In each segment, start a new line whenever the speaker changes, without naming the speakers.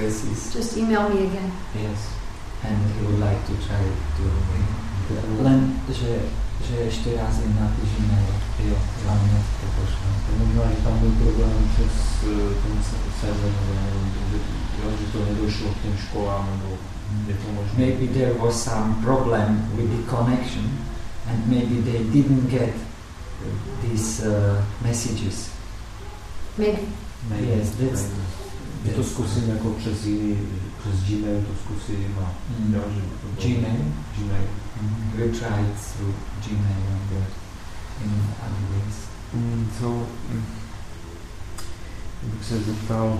basis.
Just email me again.
Yes, and he would like to try to. Len, że, że jeszcze razy na tydzień jo, dla mnie to poszło.
No miałeś tam był problem przez y, ten se- sezon, że, że- że to nie doszło k tym szkołam, bo nie to może.
Maybe there was some problem with the connection and maybe they didn't get these uh, messages.
Maybe.
Yes, that's-
Że to skusy jako przez, i- przez Gmail to skusy ma.
Mm.
Ja, że to było-
Gmail. Mm-hmm.
Gmail.
We tried through Gmail and that in other ways.
Mm, Co mm, bych se zeptal,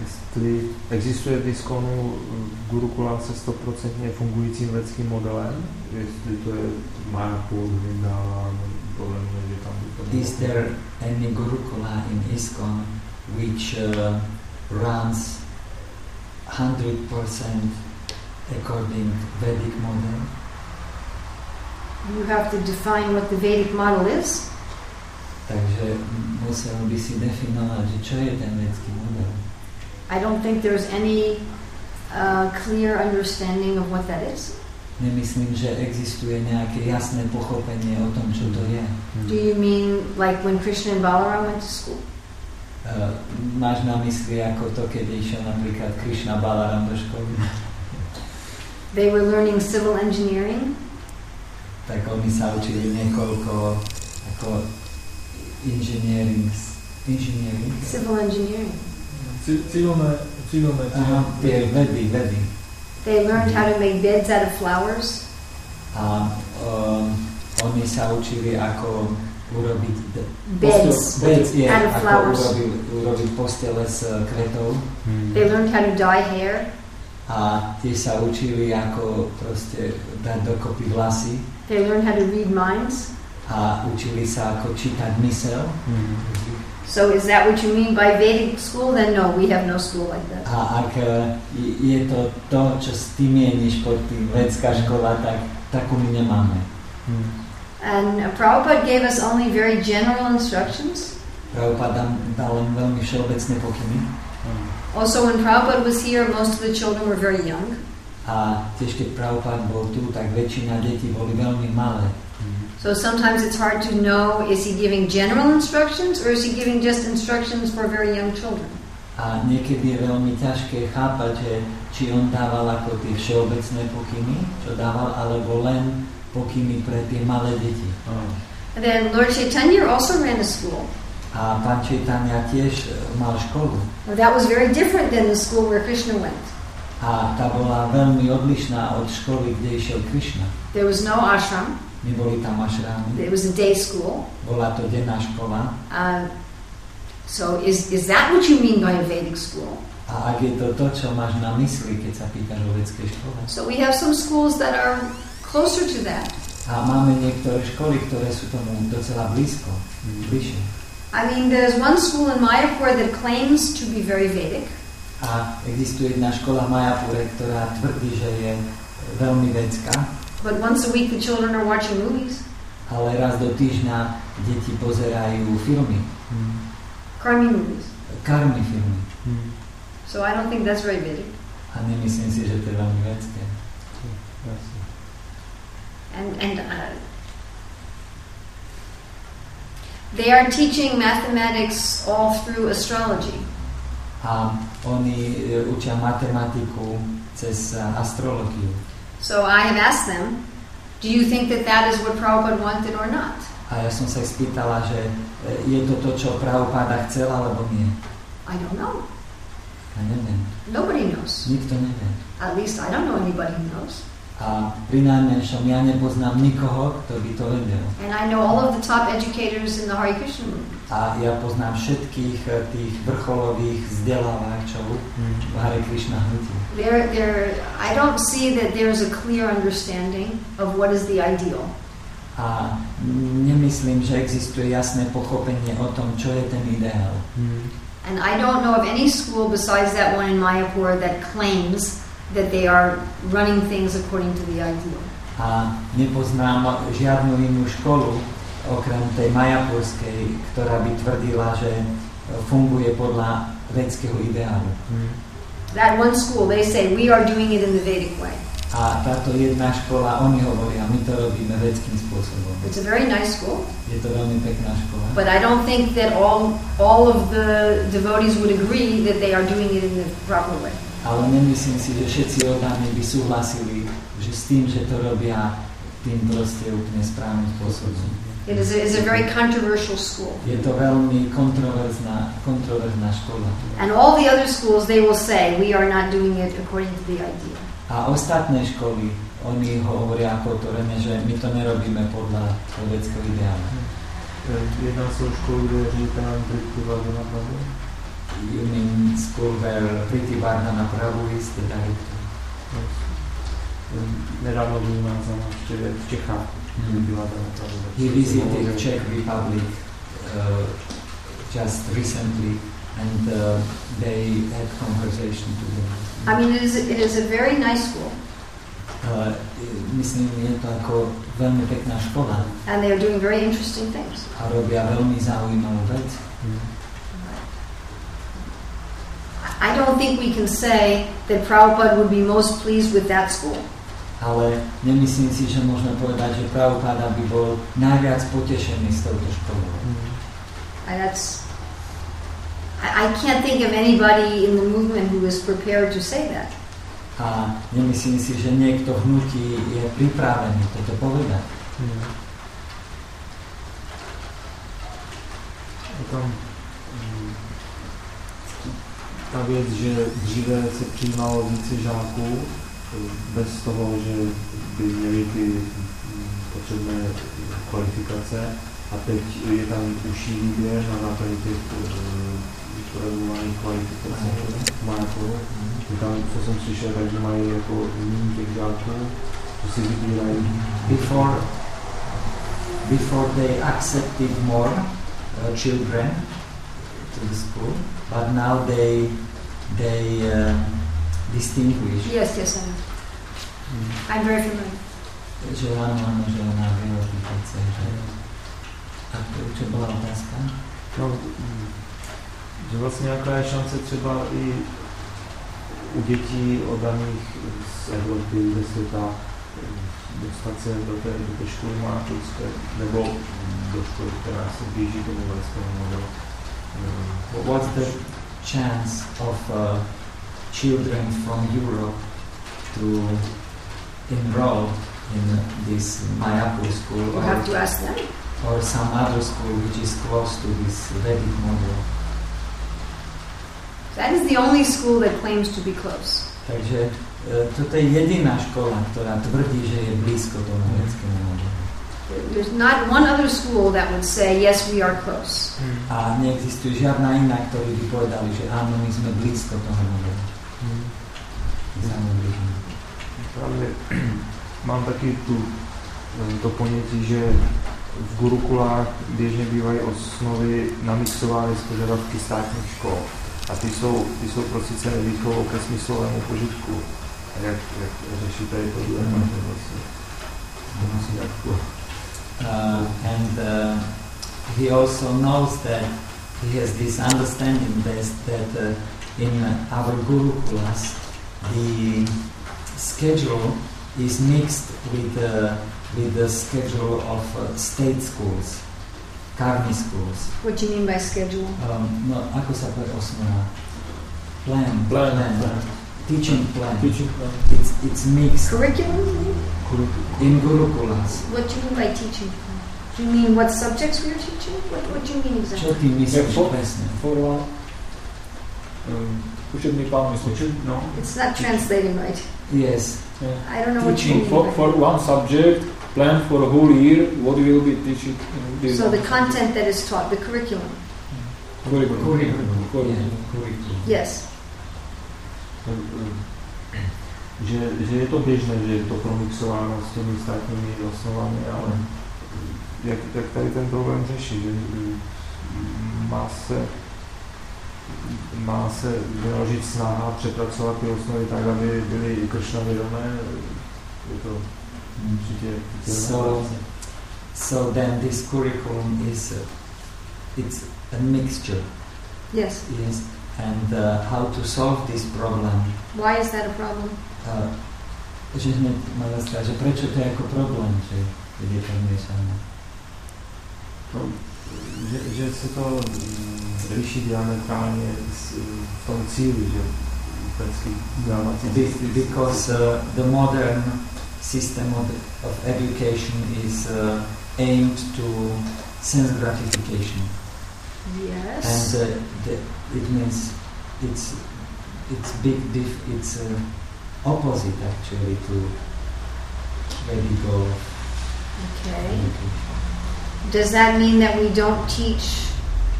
jestli existuje v Diskonu v Gurukula se stoprocentně fungujícím vědeckým modelem, jestli to je má půl vyndává, podle mě, že tam by to
Is there any Gurukula in ISKCON which uh, runs 100% according Vedic model?
You have to define what the Vedic model is.
Takže musel by si definovať, že čo je ten vedecký model.
I don't think there's any uh, clear understanding of what that is.
Nemyslím, že existuje nejaké jasné pochopenie o tom, čo to je.
Do you mean like when Krishna and Balaram went to school?
Uh, máš na mysli ako to, keď išiel napríklad Krishna Balaram do školy,
They were learning civil engineering,
tak oni sa učili niekoľko ako engineering, engineering,
civil engineering.
Cílové, cílové,
Aha, tie vedy, vedy.
They learned how to make beds out of flowers.
A um, oni sa učili, ako urobiť d-
Beds.
postel, beds je,
Out of
ako
flowers.
urobiť, urobiť postele s eh, kvetou.
They learned how to dye hair.
A tiež sa učili, ako proste dať dokopy vlasy.
They learned how to read minds.
A učili sa, ako čítať mysel.
So is that what you mean by Vedic school? Then no, we have no school like that.
A ak eh, je- je to to, čo s tým mieniš pod tým vedská škola, tak takú my nemáme.
And uh, Prabhupada gave us only very general instructions.
Prabhupada dal len veľmi všeobecné pokyny.
Also, when Prabhupada was here, most of the children were very young.
A tiež keď Prabhupád bol tu, tak väčšina detí boli veľmi malé.
So sometimes it's hard to know is he giving general instructions or is he giving just instructions for very young children?
A niekedy je veľmi ťažké chápať, že či on dával ako tie všeobecné pokyny, čo dával, alebo len pokyny pre tie malé deti.
And then Lord Chaitanya also ran a school.
A pán Četania tiež e, mal školu.
Now, that was very different than the school where Krishna went.
A tá bola veľmi odlišná od školy, kde išiel Krišna.
There was no ashram,
Neboli tam ašrámy,
it was a day school.
bola to denná škola.
Uh, so, is, is that what you mean by a Vedic school?
A ak je to to, čo máš na mysli, keď sa pýtaš o vedskej škole?
So, we have some schools that are closer to that.
A máme niektoré školy, ktoré sú tomu docela blízko, bližšie.
I mean, there's one school in Mayapur that claims to be very Vedic,
A existuje jedna škola v Majapure, ktorá tvrdí, že je veľmi vedská,
but once a week the children are watching movies.
ale raz do týždňa deti pozerajú filmy,
Crime movies.
karmy filmy.
So I don't think that's very Vedic.
A nemyslím si, že to je veľmi vedské.
And, and uh, they are teaching mathematics all through astrology.
A oni e, učia matematiku cez e, a, astrológiu.
So I have asked them, do you think that that is what Prabhupada wanted or not?
A ja som sa ich spýtala, že e, je to to, čo Prabhupada chcel, alebo nie.
I don't know.
Ja neviem.
Nobody knows.
Nikto nevie.
At least I don't know anybody who knows.
A pri najmenšom ja nepoznám nikoho, kto by to vedel.
And I know all of the top educators in the Hare Krishna movement.
A ja poznám všetkých e, tých vrcholových vzdelávačov v Hare Krishna hnutí.
There, there, I don't see that there's a clear understanding of what is the ideal.
A nemyslím, že existuje jasné pochopenie o tom, čo je ten ideál.
And I don't know of any school besides that one in Mayapur that claims that they are running things according to the ideal.
A nepoznám žiadnu inú školu, okrem tej majapurskej, ktorá by tvrdila, že e, funguje podľa védského ideálu.
Hmm.
That one school, they say, we are doing it in the Vedic way.
A táto jedna škola, oni hovoria, my to robíme vedským spôsobom.
It's a very nice school,
Je to veľmi pekná škola.
but I don't think that all, all of the devotees would agree that they are doing it in the proper way.
Ale nemyslím si, že všetci oddáni by súhlasili že s tým, že to robia tým proste úplne správnym spôsobom.
It is a, is a very controversial school.
Je to veľmi kontroverzná, kontroverzná škola.
And all the other schools, they will say, we are not doing it according to the idea.
A ostatné školy, oni hovoria ako otvorené, že my to nerobíme podľa vedeckého ideálu.
Eh, Jedná se o školu, kde je ředitelem Prithviva Gunaprabhu.
You mean school where Priti Barna Prabhu is the director?
Eh, Nedávno byl u nás na návštěvě v Čechách.
Hmm.
Byla tam opravdu
He
velice
visited
zajímavá.
Czech Republic uh, just recently and uh, they had conversation together.
I mean, it is, it is a very nice school,
Ale e, myslím, je to ako veľmi pekná škola
and they are doing very interesting things.
a robia veľmi zaujímavú vec.
Hmm.
I don't think we can say that Prabhupada would be most pleased with that school.
Ale nemyslím si, že môžeme povedať, že Prabhupada by bol najviac potešený s touto školou.
Hmm.
I, that's, I, I can't think of anybody in the movement who is prepared to say that.
A nemyslím si, že niekto v hnutí je pripravený toto povedať.
Hmm. Je tam mm, ta věc, že dříve se přijímalo více žáků eh, bez toho, že by měli ty mm, potřebné kvalifikace a teď je tam užší výběr na základě těch eh, regulovaných kvalifikací. Má jako že tam, co jsem slyšel, takže mají jako méně těch žáků, co si vybírají.
Before, before they accepted more uh, children to the school, but now they, they uh, distinguish
Yes, yes, I know.
Mm.
I'm very familiar.
že áno, áno, že ona vie o píkace, že... A to, čo bola otázka?
No, mm, že vlastně nějaká je šance třeba i u dětí oddaných z Evropy, ze světa, mm, dostat se do té, do té školy Máčovské, nebo mm, do školy, která se blíží tomu velskému modelu. Mm,
Wh- What's the chance of uh, children from Europe to enroll in this Mayapur school
We'll
or,
have to ask them.
or some other school which is close to this Vedic model?
That is the only school that claims to be close.
Takže eh, toto je jediná škola, ktorá tvrdí, že je blízko tomu vedeckému modelu.
There's not one other school that would say, yes, we are close.
A neexistuje žiadna iná, ktorí by povedali, že áno, my sme blízko tomu modelu.
Mm.
My sa mu blížime.
Právě mám taky tu, eh, to ponětí, že v gurukulách běžně bývají osnovy namixovány s požadavky státních škol. A ty jsou, ty jsou prosiceny výchovou ke smyslovému požitku. A jak, jak řešit tady to dilema,
Hmm.
Mhm.
to vlastně musí dát tu-
Uh, and uh, he also knows that he has this understanding that, that uh, in our gurukulas the schedule is mixed with uh, with the schedule of uh, state schools, karmi schools.
What do you mean by schedule?
Um, no, ako sa povie osnova? Plan,
Plan,
teaching plan.
Teaching
It's it's mixed
Curriculum? you mean?
Kuruk-
in gurukulas.
What do you mean by teaching? Do you mean what subjects we are teaching? What, what do you mean exactly?
Čo ty myslíš
Jako?
presne?
Forma, um, učebný plán, myslíš?
Učit, no,
It's not translating right.
Yes.
I don't know what you mean.
Teaching for,
by-
for one subject, plan for a whole year, what will be teaching in this?
So the content that is taught, the curriculum.
Curriculum.
Curriculum.
Curriculum.
Yeah, curriculum.
Yes.
že, že je to běžné, že je to promixováno s těmi státními osnovami, ale
Mm.
jak, jak tady ten problém řeší, že mm, má se, má se vyložit snaha přepracovat ty osnovy tak, aby byly i kršna vědomé, je to
Mm.
určitě
So, so then this curriculum is uh, it's a mixture.
Yes.
Yes, and uh, how to solve this problem.
Why is that a problem?
Uh, že hneď Mada skáže, prečo to je ako problém, že je to miešané.
No, že, že se to mm, liší diametrálně s, mm, v tom cíli, že ukrajinský vzdělávací
Be- Because uh, the modern system of, of education is uh, aimed to sense gratification.
Yes.
And uh, the, it means it's it's big diff, it's uh, opposite actually to radical
Okay.
education.
Does that mean that we don't teach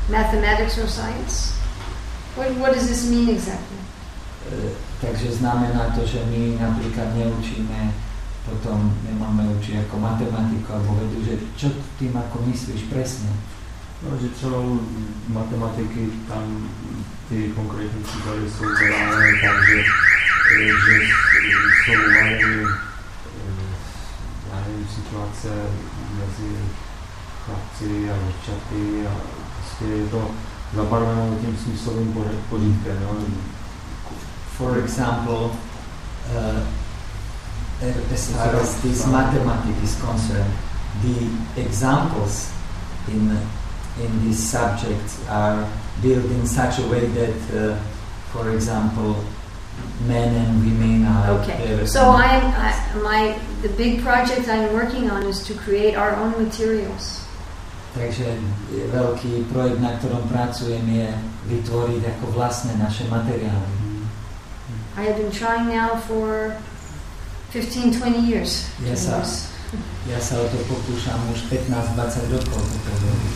mathematics or science? What, what does this mean exactly?
Eh, Takže znamená to, že my napríklad neučíme, potom nemáme učiť ako matematiku alebo vedu, že čo tým ako myslíš presne.
No, že třeba u matematiky tam ty konkrétní příklady jsou zadány tak, že, eh, že s- jsou uváděny eh, já nevím, situace mezi chlapci a děvčaty a prostě je to zabarveno tím smyslovým pořad- pořítkem. no. Jo?
For example, uh, as far as this mathematics is concerned, the examples in in these subjects are built in such a way that, uh, for example, men and women are.
Okay.
there.
So I am I, my the big project I'm working on is to create our own materials.
Takže veľký projekt, na ktorom pracujem, je vytvoriť ako vlastné naše materiály.
I have been trying now for 15, 20 years. to
Yes,
do
sir.
this.
Ja sa o to pokúšam už 15-20 rokov. toto robiť.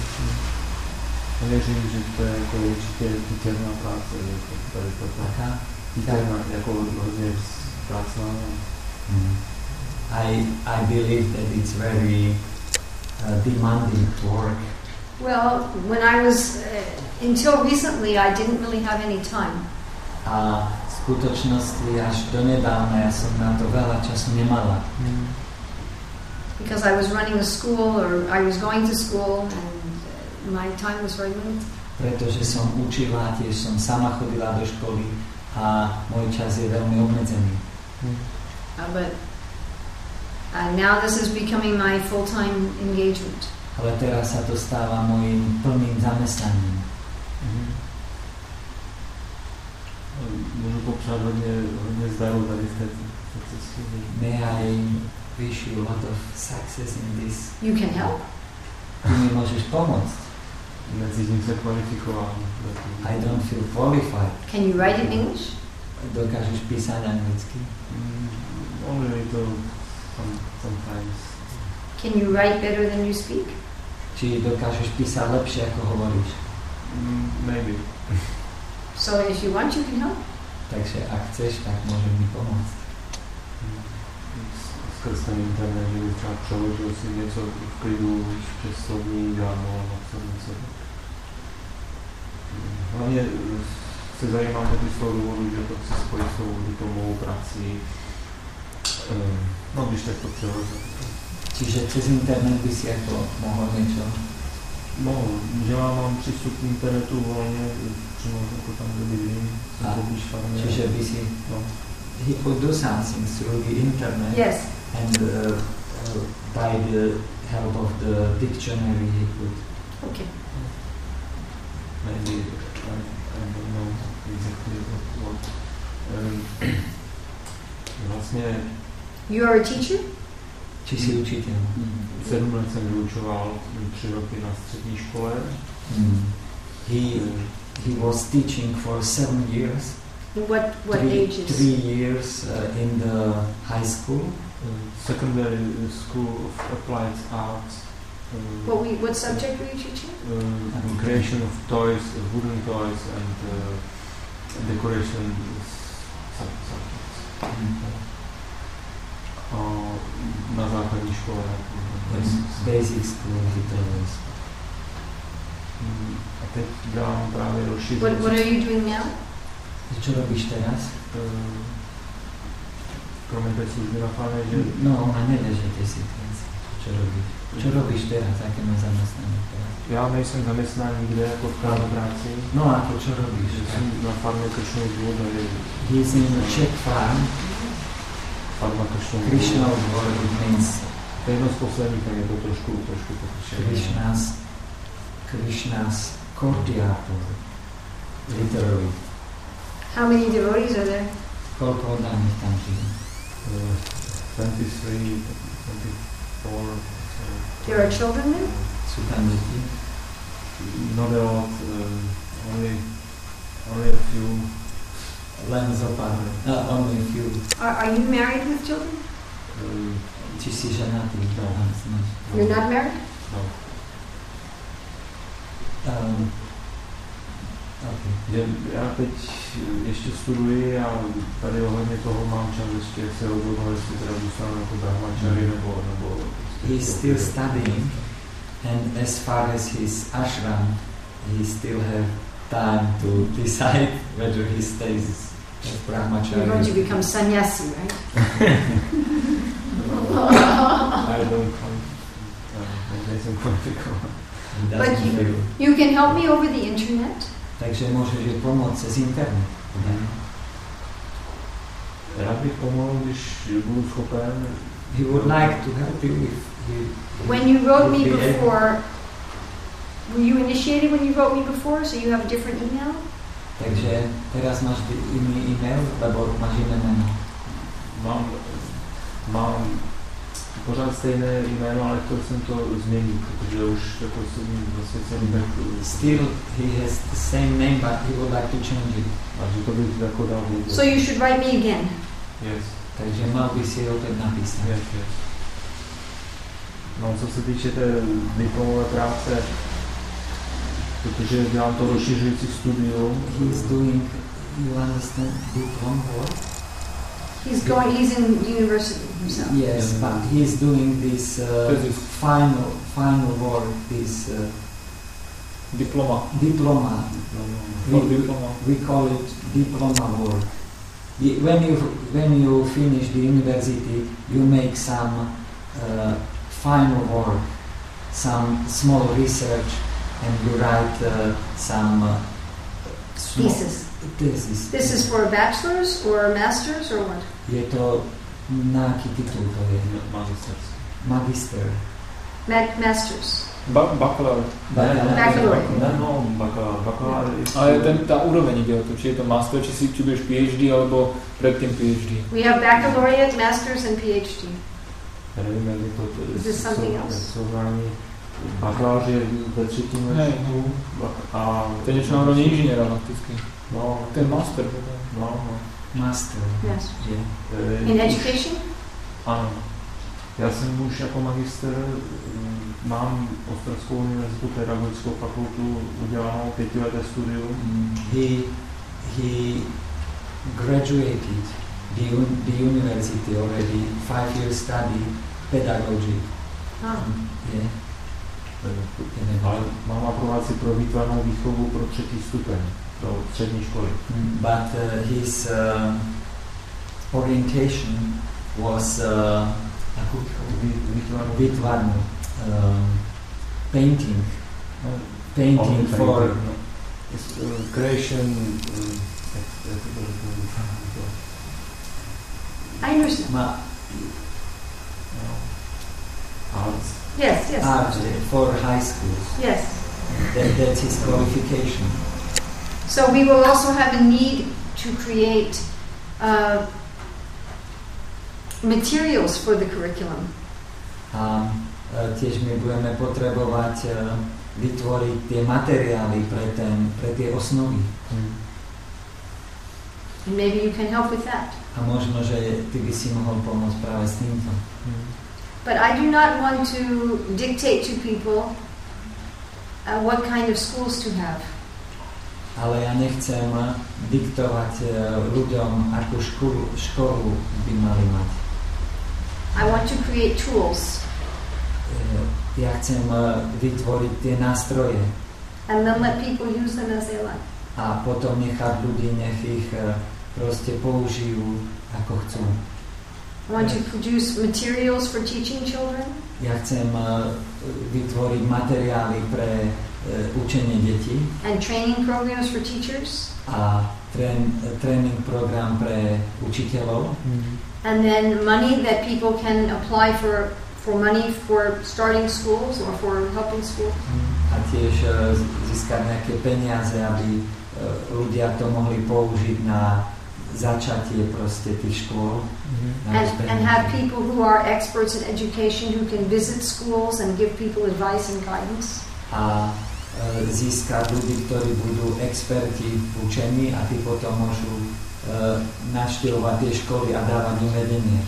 Já Věřím, že to je jako určitě píterná práce, že to- tady to tak.
Taká
Píterná, jako hrozně práce na
Mm-hmm. I, I believe that it's very uh, demanding work.
Well, when I was uh, until recently, I didn't really have any time.
A v skutočnosti až do nedávna ja som na to veľa času nemala.
because I was running a school or I was going to school and uh, my time was very limited.
Pretože som učila, tiež som sama chodila do školy a môj čas je veľmi obmedzený.
Uh, but uh, now this is becoming my full time engagement.
Ale teraz sa to stáva mojim plným zamestnaním.
Mhm. Můžu popřát hodně, hodně zdaru tady v té v té cestě.
May I wish you a lot of success in this.
You can help.
Ty mi môžeš pomôcť.
Necítím se kvalifikován. zatím.
I don't feel qualified.
Can you write in English?
Dokážeš písať anglicky?
Mm, Only to some, sometimes.
Can you write better than you speak?
Či dokážeš písať lepšie, ako hovoríš.
Mm, Maybe.
So if you want, you can help.
Takže ak chceš, tak môžeš mi pomôcť.
Mm. S- Skrz ten internet, že bych třeba přeložil si něco v klidu, už přes slovní dávno, napsal něco. Mm, Hlavně eh, se zajímám taky z toho důvodu, že to chci spojit s tou diplomovou prací. Ehm, No, když tak to přeložil.
Čiže cez internet by si ako mohol niečo.
No, že já mám přístup k internetu volně, přímo jako tam, kde bydlím,
A,
jsem poblíž farmě.
Čiže by si...
No.
He could do something through the internet
Yes.
and uh, uh, by the help of the dictionary he could.
Okay.
maybe I, I don't know exactly what, what um, vlastně
You are a teacher.
Či si
Mm.
učiteľ.
sedm let jsem vyučoval tři roky na střední škole.
Mm. He,
Ehm,
he was teaching for seven years,
What what
three,
ages?
three years uh, in the high school.
ehm, Secondary School of Applied Arts. ehm,
What we what subject were you teaching?
uh, creation of toys, uh, wooden toys, and uh, decoration s- sub- subjects.
Mm.
Uh, na základní škole.
In basic school he told us.
Mm, A teď dělám právě rozšíření.
What what are you doing now?
Čo robíš teraz?
eh, Kromě té služby na farmě, že
Hmm. No, ona nevie, že ty si teraz. Čo čo robiť. Čo robíš teraz, aké máš zamestnanie teraz?
Já nejsem zaměstnán nikde jako v práci.
No ako čo robíš?
Že
Tak.
jsem na farmě kršnou dvůr, tady
He's in the no Czech farm,
farma kršnou
Krishna
dvůr.
world, it means
To je jedno z posledních, tak je to trošku, trošku pokršené.
Krishna's, Krishna's courtyard, literally.
How many devotees are there?
Koľko oddaných tam žije?
Uh, 23, 24. eh,
There are children there?
Sú tam deti?
Not a lot, um, only, only a few.
Len zo pár. No, only few.
Are, are you married with children?
Um,
Či si ženatý?
No.
Aha, snáď.
You're not married?
no.
Um, okay.
Já- Já teď ještě studuji a tady ohledně toho mám čas ještě, jak se rozhodnu, jestli teda zůstanu jako brahmačary nebo, nebo...
He's still studying, and as far as his ashram, he still have time to decide whether he stays as
You're
brahmachari.
going to become sannyasi, right?
I don't come, uh, nejsem kvalifikovaný.
He doesn't
But you-
feel-
You can help me over the internet.
Takže môžeš jej pomôcť cez internet.
Já bych pomohl, když budu schopen,
He would like to help you if he...
When you wrote me
Yeah.
before, were you initiated when you wrote me before? So you have a different email?
Takže teraz máš di- iný e-mail, lebo máš iné meno.
mám, mám pořád stejné jméno, ale chtěl jsem to změnit, protože už jako jsem zasvěcený, tak
Still he has the same name, but he would like to change it.
a že to bych jako dal vědět.
So you should write me again.
Yes,
Takže mal by si opäť napísať.
yes, yes. No, co se týče té diplomové práce, protože dělám to rozšiřující studium,
He's doing, you understand, diplom work?
He's going. He's in university himself.
Yes,
Yeah.
but he's doing this uh,
This is-
final final work, this uh,
diploma.
diploma.
no, no,
Not diploma.
We call it diploma work. Y- When you when you finish the university, you make some uh, final work, some small research, and you write uh, some uh, small
Thesis.
thesis.
This is for a bachelor's or a master's or what?
je to na aký titul to je?
mám srdce.
Magister.
Ma- master's.
Ba- bakalář.
Baccalaureate.
Ne, no, bakalář, bakalář.
Ale ten, tá úroveň ide o to, či je to master, či si či budeš PhD, alebo predtým PhD.
We have baccalaureate, master's, and PhD.
Já nevím, jak je to
Is
t-
this something
sou-
else?
srovnání. Bakalář je ve třetím
Hej.
ročníku bak- a...
To je niečo na úrovni inžiniera prakticky.
No,
Ten master. potom.
no, no.
Master.
Master.
Yeah.
Eh,
In
už-
education?
Ano. Já jsem už jako magister, mm, mám Ostravskou univerzitu pedagogickou fakultu udělanou pětileté studium.
He he graduated the, un, the university already five year study pedagogy.
Oh.
Yeah.
eh,
in
Ale
a-
mám aprobaci pro výtvarnou výchovu pro třetí stupeň, pro střední školy.
Mm, But uh, his uh, orientation was uh,
Vý- Výtvarnou
Vitvarno um, painting painting
Oh,
for
painting. It's, uh, creation, uh, jak- jak to bylo?
I understand.
ma,
No. Arts.
Yes. Yes.
art for high schools.
Yes.
That, that's his qualification.
So we will also have a need to create uh, materials for the curriculum.
A e, tiež my budeme potrebovať e, vytvoriť tie materiály pre, ten, pre tie osnovy.
And maybe you can help with that.
A možno, že ty by si mohol pomôcť práve s týmto.
But I do not want to dictate to people uh, what kind of schools to have.
Ale ja nechcem e, diktovať e, ľuďom, akú školu, školu by mali mať.
I want to create tools
E, Ja chcem e, vytvoriť tie nástroje
and then let people use them as they like.
a potom nechať ľudí, nech ich e, proste použijú ako chcú.
want to produce materials for teaching children.
Ja chcem eh, vytvoriť materiály pre eh, učenie detí
and training programs for teachers,
a trén, eh, tréning program pre učiteľov
and then money that people can apply for for money for starting schools or for helping schools.
a tiež eh, z- získať nejaké peniaze, aby eh, ľudia to mohli použiť na začatie proste tých škôl. Na
And,
rozbehnutie.
and have people who are experts in education who can visit schools and give people advice and guidance.
a e, získať ľudí, ktorí budú experti v učení a tí potom môžu e, navštevovať tie školy a dávať im vedenie.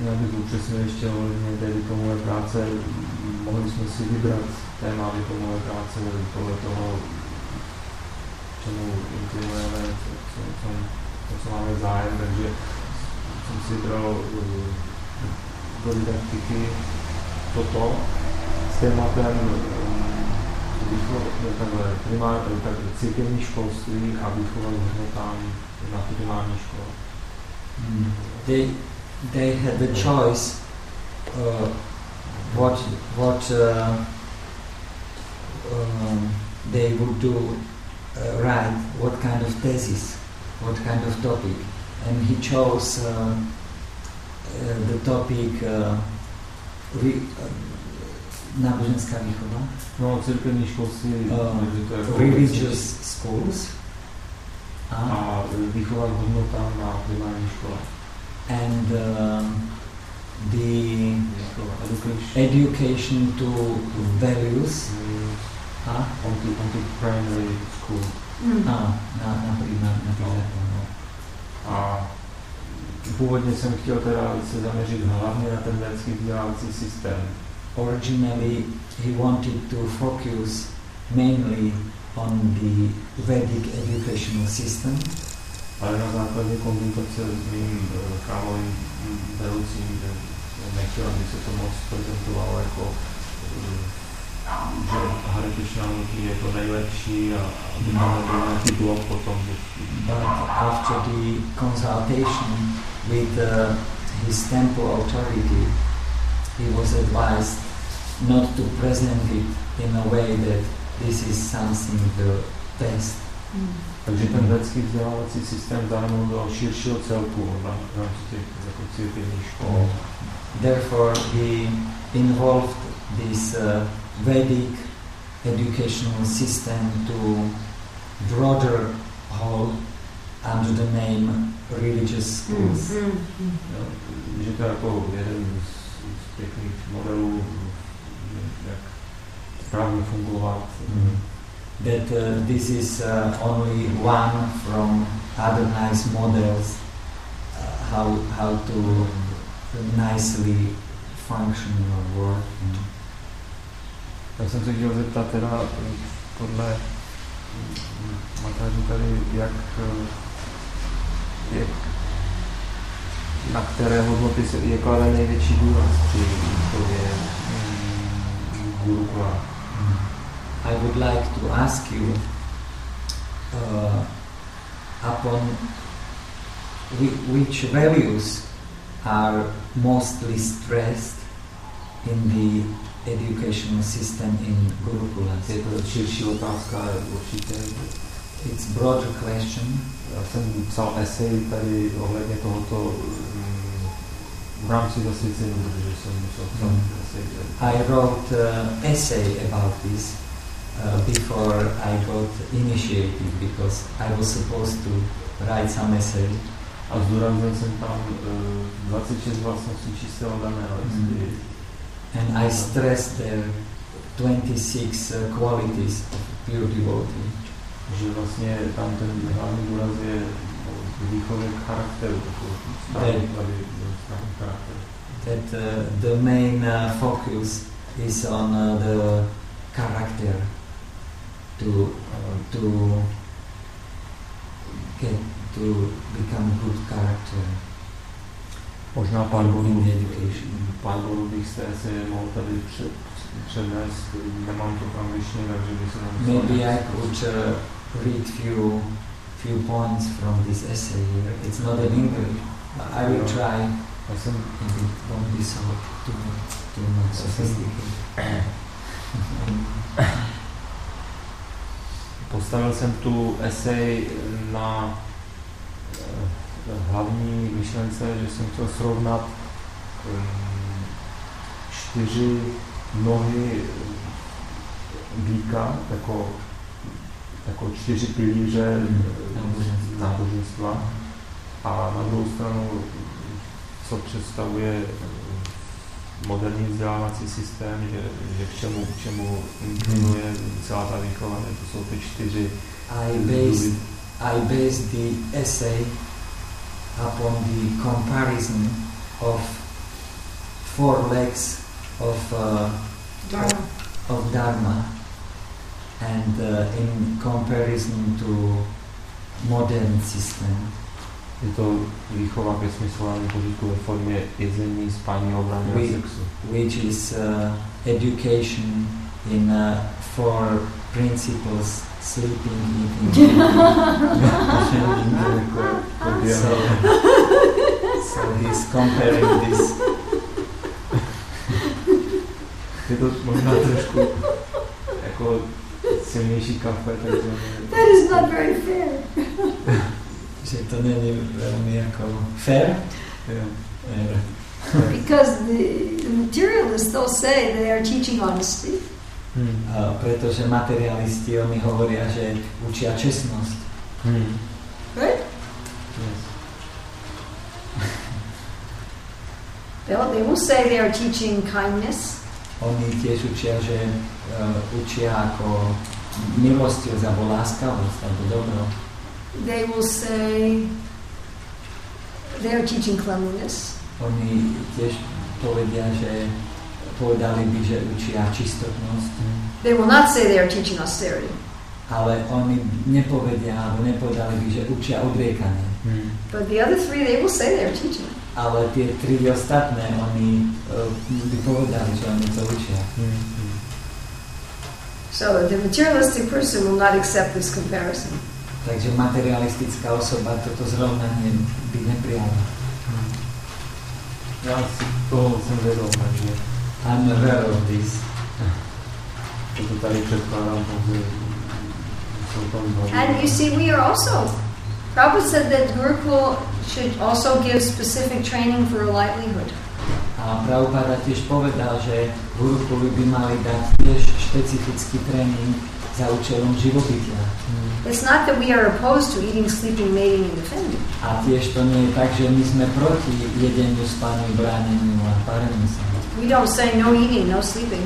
Já bych upřesnil ještě ohledně té diplomové práce. Mohli jsme si vybrat téma diplomové práce podle toho, čemu inklinujeme, co, co, co, o co máme zájem, takže jsem si vybral eh, do didaktiky toto s tématem eh, výcho- eh, takhle, primár, eh, tak, církevní školství a výchova k hodnotám na primární škole.
Mm. They, they had the choice uh, what, what uh, um, they would do uh, right, what kind of thesis, what kind of topic. And he chose uh, uh, the topic uh, vy, uh, náboženská výchova,
No, církevní školství,
Eh,
takže to je jako-
religious schools. uh, A-
a výchova k hodnotám na primární škole.
and um, the
Výchova, education.
education to values
Mm,
a,
On to, on to primary school.
a na, na primár, na primárnu.
A původně jsem chtěl teda se zaměřit hlavně na ten vědecký vzdělávací systém.
Originally, he wanted to focus mainly on the Vedic educational system,
Ale na základě konzultace s mým eh, kámovým mm, vedoucím, že nechtěl, aby se to moc prezentovalo jako eh, že Hare Krishna hnutí je to nejlepší a aby máme nějaký blok potom, že
but after the consultation with uh, his temple authority, he was advised not to present it in a way that this is something the best
Takže ten vědecký vzdělávací systém zahrnul do širšího celku na v rámci těch jako církevních škol.
Therefore, he involved this uh, Vedic educational system to broader whole under the name religious schools.
Mm.
Jo? Že to je jako jeden z, z pěkných modelů, mm, jak správně fungovat.
Mm. That uh, this is uh, only one from other nice models uh, how, how to nicely function or work.
Já jsem se chtěl zeptat teda eh, podle Matážu tady, jak, eh, jak na které hodnoty se je klade největší důraz při výchově mm, gurukula.
I would like to ask you uh, upon whi- which values are mostly stressed in the educational system in
Je
Gurukulas.
to širší otázka určitě.
It's broader question.
Já jsem psal esej tady ohledně tohoto mm, v rámci zasvěcení, protože jsem musel psát
Mhm.
esej.
I wrote uh, essay about this uh, before I got initiated because I was supposed to write some essay.
A zdůraznil jsem tam eh, 26 vlastností čistého daného,
Mhm.
jestli
And I stress the 26 uh, qualities of pure devotee.
že vlastně tam ten hlavní důraz je no, výchově k charakteru, takový
Ne.
charakter.
That uh, the main uh, focus is on uh, the character to uh, to get to become good character.
Možná pár bodů,
in the education.
pár bodů bych z té si mohl tady před, přednést, nemám to v angličtině, takže bych se tam
Maybe I could uh, read few few points from this essay here. It's not in English. but I will try,
Já jsem,
and it won't be so too too much sophisticated.
postavil jsem tu esej na eh, hlavní myšlence, že jsem chtěl srovnat em, čtyři nohy býka, jako, jako čtyři pilíře eh,
Náboženství.
náboženstva. A na druhou stranu, co představuje moderní vzdělávací systém, že, že k čemu, k čemu inklinuje celá ta výchova, že to jsou ty čtyři
I based I based the essay upon the comparison of four legs of uh,
Dharma.
of Dharma and uh, in comparison to modern system.
Je to výchova ke smyslovému požitku ve formě jezení, spání, obrany
Vy-
a sexu.
which is uh, education in uh, four principles sleeping, eating, drinking. so, so he's comparing this
Je to možná trošku jako silnější kafe, takže...
That is not very fair.
že to není velmi jako fair
Jo.
eh,
Because the, the materialists, they'll say they are teaching honesty.
Hmm.
eh, protože materialisti oni hovoria, že učia čestnosť
Hmm.
Right?
Yes.
They'll, they will say they are teaching kindness.
oni tiež učia, že eh, učia ako milostivosť alebo láskavosť alebo dobro
They will say they are teaching cleanliness.
Oni tiež povedia, že povedali by, že učia čistotnosť,
Hmm.
They will not say they are teaching austerity.
ale oni nepovedia, alebo nepovedali by, že učia odriekanie.
Hmm.
But the other three, they will say they are teaching.
Ale tie tri ostatné, oni eh, by povedali, že oni to učia.
Hmm. Hmm.
So the materialistic person will not accept this comparison.
Takže materialistická osoba toto zrovnanie by neprijala.
Hmm. Já si toho jsem vědom, takže
I'm aware of this.
to, to tady předkládám pouze jsou tam dva.
And you see, we are also. Prabhupada said that Gurukul should also give specific training for a livelihood.
A Prabhupada tiež povedal, že gurukuli by mali dať tiež špecifický tréning za účelom živobytia.
Hmm.
It's not that we are opposed to eating, sleeping, mating, and defending.
A tiež to nie je tak, že my sme proti jedeniu, spaniu, bráneniu a pareniu sa.
We don't say no eating, no sleeping,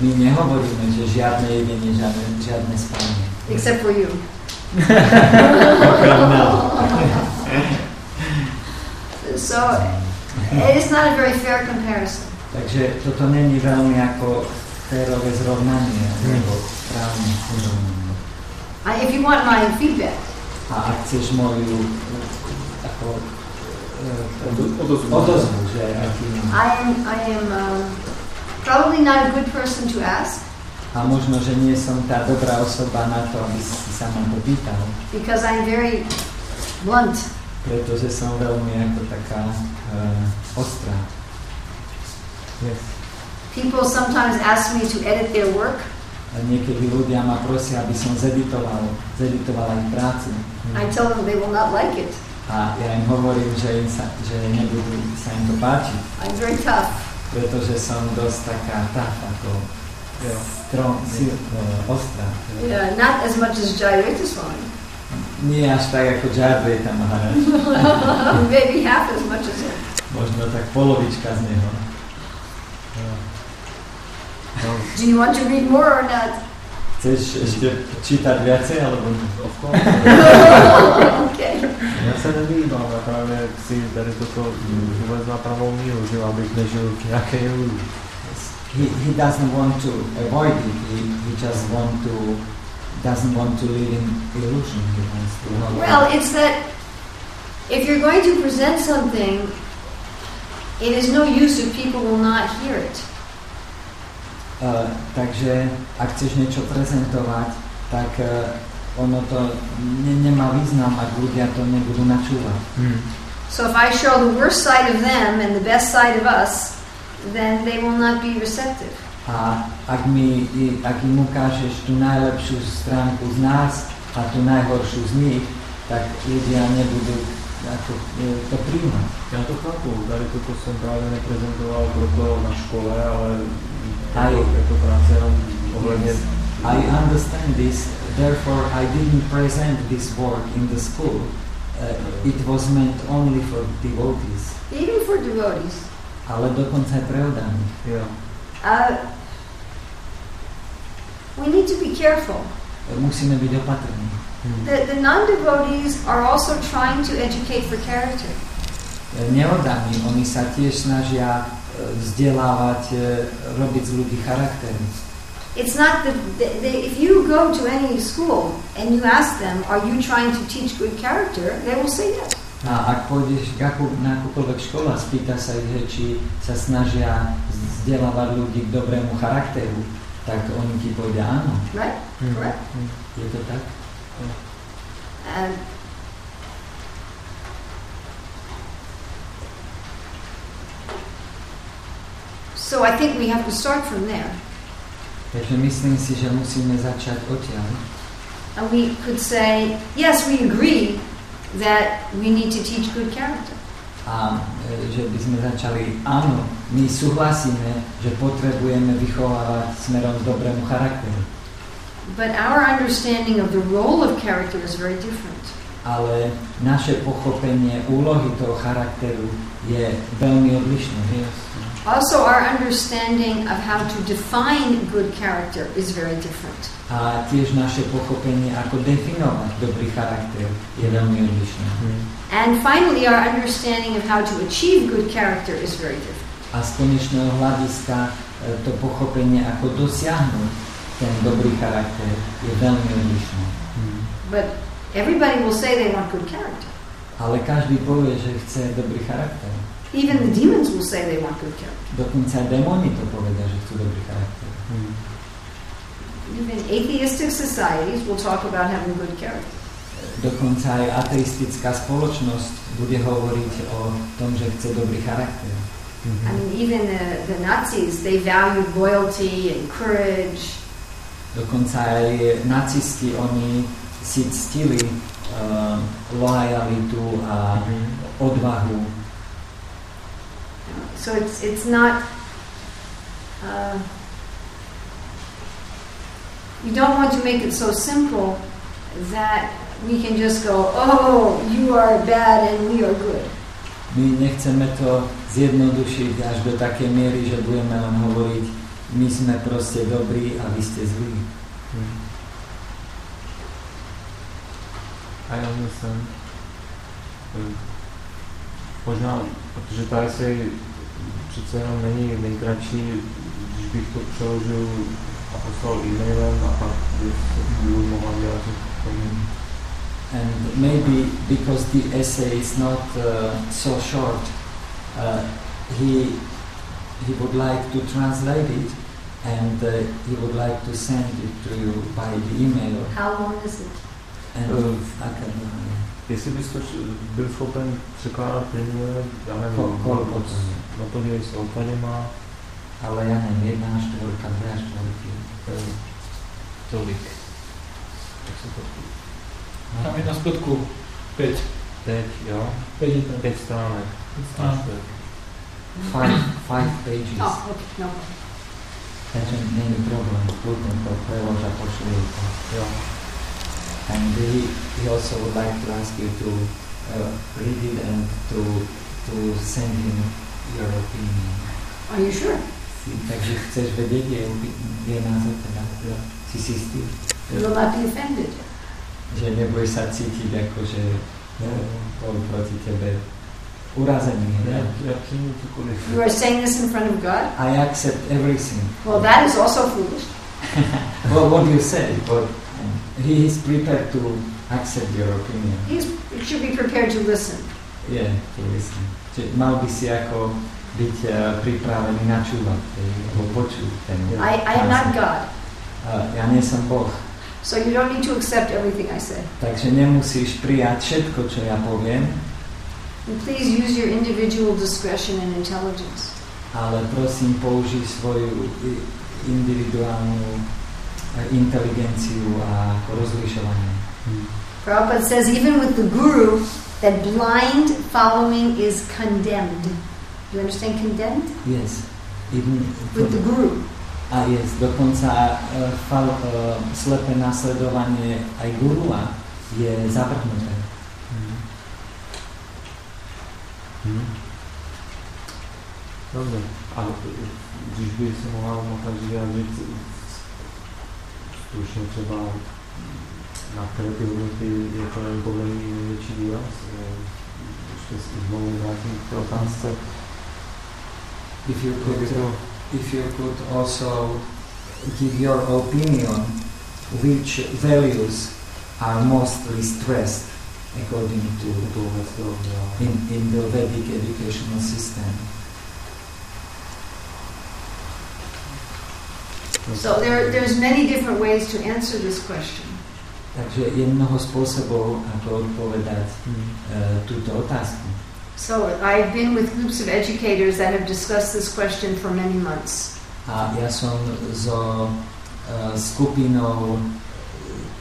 My nehovoríme, že žiadne jedenie, žiadne, žiadne spanie.
except for you. so it's not a very fair comparison.
Takže toto není veľmi ako férové zrovnanie, alebo právne zrovnanie.
I, if you want my feedback,
A ak chceš moju ako, e,
Odo- odozvu.
odozvu, že aký mám.
I am, I am um, probably not a good person to ask
A možno, že nie som tá dobrá osoba na to, aby si sa ma popýtal,
because I'm very blunt.
pretože som veľmi ako taká e, ostrá.
Yes.
People sometimes ask me to edit their work.
A Niekedy ľudia ma prosia, aby som zeditoval, zeditoval ich prácu.
Hmm.
I tell them they will not like it.
A ja im hovorím, že, im sa, že nebudú sa im to páčiť,
I'm very tough.
pretože som dosť taká tough, ako
Jo.
strom, si, e, ostrá.
Yeah, Uh, not as much as Jayatiswami.
Nie až tak ako Jarve tam hra.
Maybe half as much as him.
Možno tak polovička z neho.
Jo. No,
Do you want to read more or not?
Chceš ešte čítať viacej, alebo nie?
of course.
Okay.
No, Já se nevýbám, já právě si tady toto vůbec na pravou míru, že abych nežil v nějaké iluzi.
He, he doesn't want to avoid it, he, he just want to, doesn't want to live in illusion, he wants to know.
Well, it's that if you're going to present something It is no use if people will not hear it.
Eh, takže ak chceš niečo prezentovať, tak eh, ono to ne, nemá význam, ak ľudia to nebudú načúvať.
So if I show the worst side of them and the best side of us, then they will not be receptive.
A ak, mi, i- ak im ukážeš tú najlepšiu stránku z nás a tú najhoršiu z nich, tak ľudia nebudú ako, eh, to príjmať.
Já to chápu, tady toto jsem právě neprezentoval proto na škole, ale
A
je
jo.
to, je to práce jenom ohledně...
I understand this, therefore I didn't present this work in the school. Eh, it was meant only for devotees,
Even for devotees.
ale dokonca aj pre oddaných.
Jo.
Uh, we need to be careful.
Eh, Musíme byť opatrní.
The, the non devotees are also trying to educate for character.
Eh, Neoddaní, oni sa tiež snažia eh, vzdelávať, eh, robiť z ľudí charakterných.
It's not that they, they, if you go to any school and you ask them, Are you trying to teach good character? they will say yes.
A ak pôjdeš k akú, na akúkoľvek školu a spýta sa ich, že či sa snažia vzdelávať ľudí k dobrému charakteru, tak oni ti povedia áno.
Right? Correct?
Je to tak?
And so I think we have to start from there.
Takže myslím si, že musíme začať odtiaľ.
And we could say, yes, we agree that we need to teach good character.
A e, že by sme začali, áno, my súhlasíme, že potrebujeme vychovávať smerom k dobrému charakteru.
But our understanding of the role of character is very different.
Ale naše pochopenie úlohy toho charakteru je veľmi odlišné.
Also, our understanding of how to define good character is very different.
A tiež naše pochopenie, ako definovať dobrý charakter, je veľmi odlišné.
Hmm. And finally, our understanding of how to achieve good character is very different.
A z konečného hľadiska e, to pochopenie, ako dosiahnuť ten dobrý charakter, je veľmi odlišné.
But everybody will say they want good character.
Ale každý povie, že chce dobrý charakter.
Even the demons will say they want good character.
Dokonca aj démoni to povedia, že chcú dobrý charakter.
Even atheistic societies will talk about having good character.
Dokonca aj ateistická spoločnosť bude hovoriť o tom, že chce dobrý charakter.
I mean, even the, the Nazis, they valued loyalty and courage.
Dokonca aj nacisti, oni si ctili uh, lojalitu a odvahu.
So it's, it's not, uh, we don't want to make it so simple that we can just go, oh, you are bad and we are good.
My nechceme to zjednodušiť až do takej miery, že budeme len hovoriť, my sme proste dobrí a vy ste zlí.
I understand. Hm. Možná, protože tady si přece jenom není nejkratší, když bych to přeložil a poslal e-mailem a pak bych to mohla dělat. Hm.
And maybe because the essay is not uh, so short, uh, he, he would like to translate it and uh, he would like to send it to you by the email.
How long is it?
And
Uh,
I can, uh,
Jestli bys to č- byl schopen překládat plynule, já nevím,
Ko- kolik
moc-
hodin?
na to mě se úplně má,
ale ja neviem, jedna až štvorka, dve až štvorky.
eh, tolik. Tak se to
Tam je na spodku 5.
teď, jo,
5
pět stránek.
strán.
Až tak.
Five, five pages.
Oh, okay, no.
Takže nie je problém, kľudne to prelož a pošli to.
Jo.
And he, he also would like to ask you to uh, read it and to, to send him your opinion.
Are you sure?
Si, takže chceš vedieť, je, opi- je názor teda?
Jo.
Si si istý?
You will not be offended.
Že nebudeš sa cítiť ako, že no, bol proti tebe urazený.
Já,
ne?
já přijmu cokoliv.
You are saying this in front of God?
I accept everything.
Well, that is also foolish.
Well, what you said, but he is prepared to accept your opinion.
He's, you should be prepared to listen.
Yeah, to listen. Čiže mal by si ako byť eh, pripravený načúvať, hej, alebo počuť ten
I, I am not God,
Eh, Ja nie som Boh,
so you don't need to accept everything I say.
takže nemusíš prijať všetko, čo ja poviem,
And please use your individual discretion and intelligence.
ale prosím, použij svoju i- individuálnu eh, inteligenciu a ako rozlišovanie.
Prabhupada says, even with the guru, that blind following is condemned. You understand condemned?
Yes. Even
With the guru.
a yes, dokonca eh, fal, eh, slepé nasledovanie aj gurua je zavrhnuté.
Dobře. A když by se mohla Mata vyjádřit stručně třeba na které ty hodnoty je to nevím, podle ní největší důraz, eh, ještě s znovu vrátím k té otázce,
If you
jak by
could,
to
if you could also give your opinion which values are mostly stressed according to
u toho hezkého dělá.
in, in the Vedic educational system.
So there, there's many different ways to answer this question.
Takže je mnoho spôsobov, ako odpovedať
Hmm.
eh, túto otázku.
So I've been with groups of educators that have discussed this question for many months.
A ja som so eh, skupinou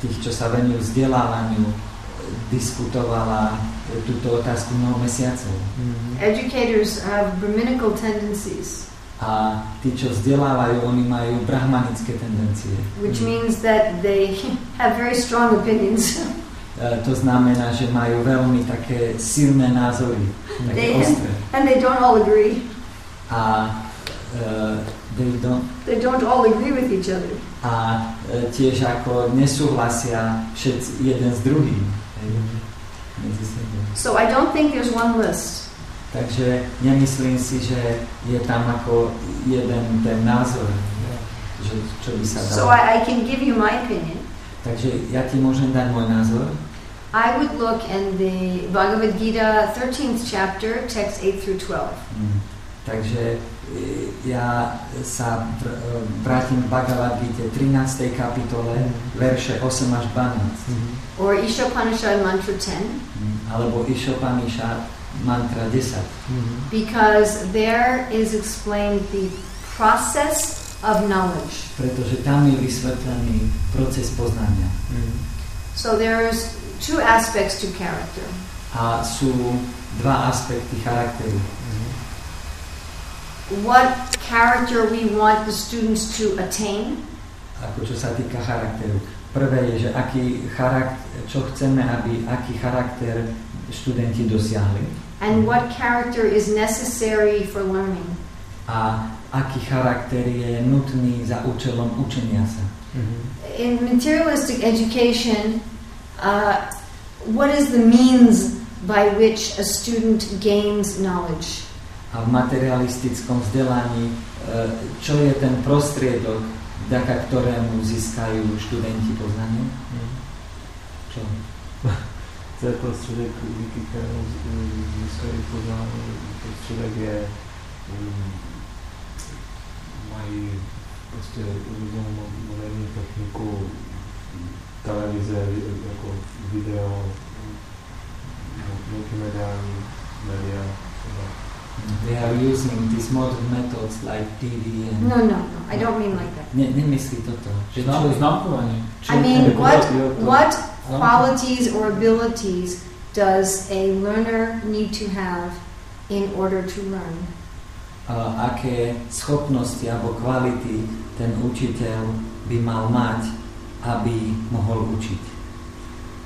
tých, čo sa venujú vzdelávaniu, eh, diskutovala eh, túto otázku mnoho mesiacov.
Hmm.
Educators have Brahminical tendencies,
A tí, čo vzdelávajú, oni majú brahmanické tendencie. E,
which means that they have very strong opinions.
E, To znamená, že majú veľmi také silné názory, také
They-
ostré.
And they don't all agree.
A, e, they don't-
They don't all agree with each other.
a e, tiež ako nesúhlasia všetci jeden s druhým. hej, medzi sebou.
So I don't think there's one list.
Takže nemyslím si, že je tam ako jeden ten názor, že čo by sa
So
dalo.
I, I can give you my opinion.
Takže ja ti môžem dať môj názor.
I would look in the Bhagavad Gita, 13th chapter, text 8 through 12.
Mm. Takže e, ja sa vr- e, vrátim k Bhagavad Gita 13. kapitole, verše 8 až 12.
Hmm.
Or Isha Upanishad Mantra 10,
Mm. Alebo Ishopanisha mantra 10.
Hmm.
because there is explained the process of knowledge.
Pretože tam je vysvetlený proces poznania.
Hmm.
So there's two aspects to character.
A sú dva aspekty charakteru.
Hmm.
What character we want the students to attain,
Ako čo sa týka charakteru. Prvé je, že aký charakter, čo chceme, aby aký charakter študenti dosiahli.
and what character is necessary for learning.
a aký charakter je nutný za účelom učenia sa.
Hmm.
In materialistic education, uh, what is the means by which a student gains knowledge?
A v materialistickom vzdelaní, e, čo je ten prostriedok, vďaka ktorému získajú študenti poznanie?
Hmm.
Čo?
To je prostředek, díky kterému z- eh, získali poznání. Prostředek je, mm, mají prostě různou mo- moderní techniku mm, televize, vi- jako video, mm, multimediální média. třeba.
They are using these modern methods like TV and...
No, no, no, I don't mean like that.
Ne, nemyslí toto. Že
Znam,
čo-
znamkovanie.
čo-
I mean, what, what
Znamkovanie.
qualities or abilities does a learner need to have in order to learn?
a aké schopnosti alebo kvality ten učiteľ by mal mať, aby mohol učiť.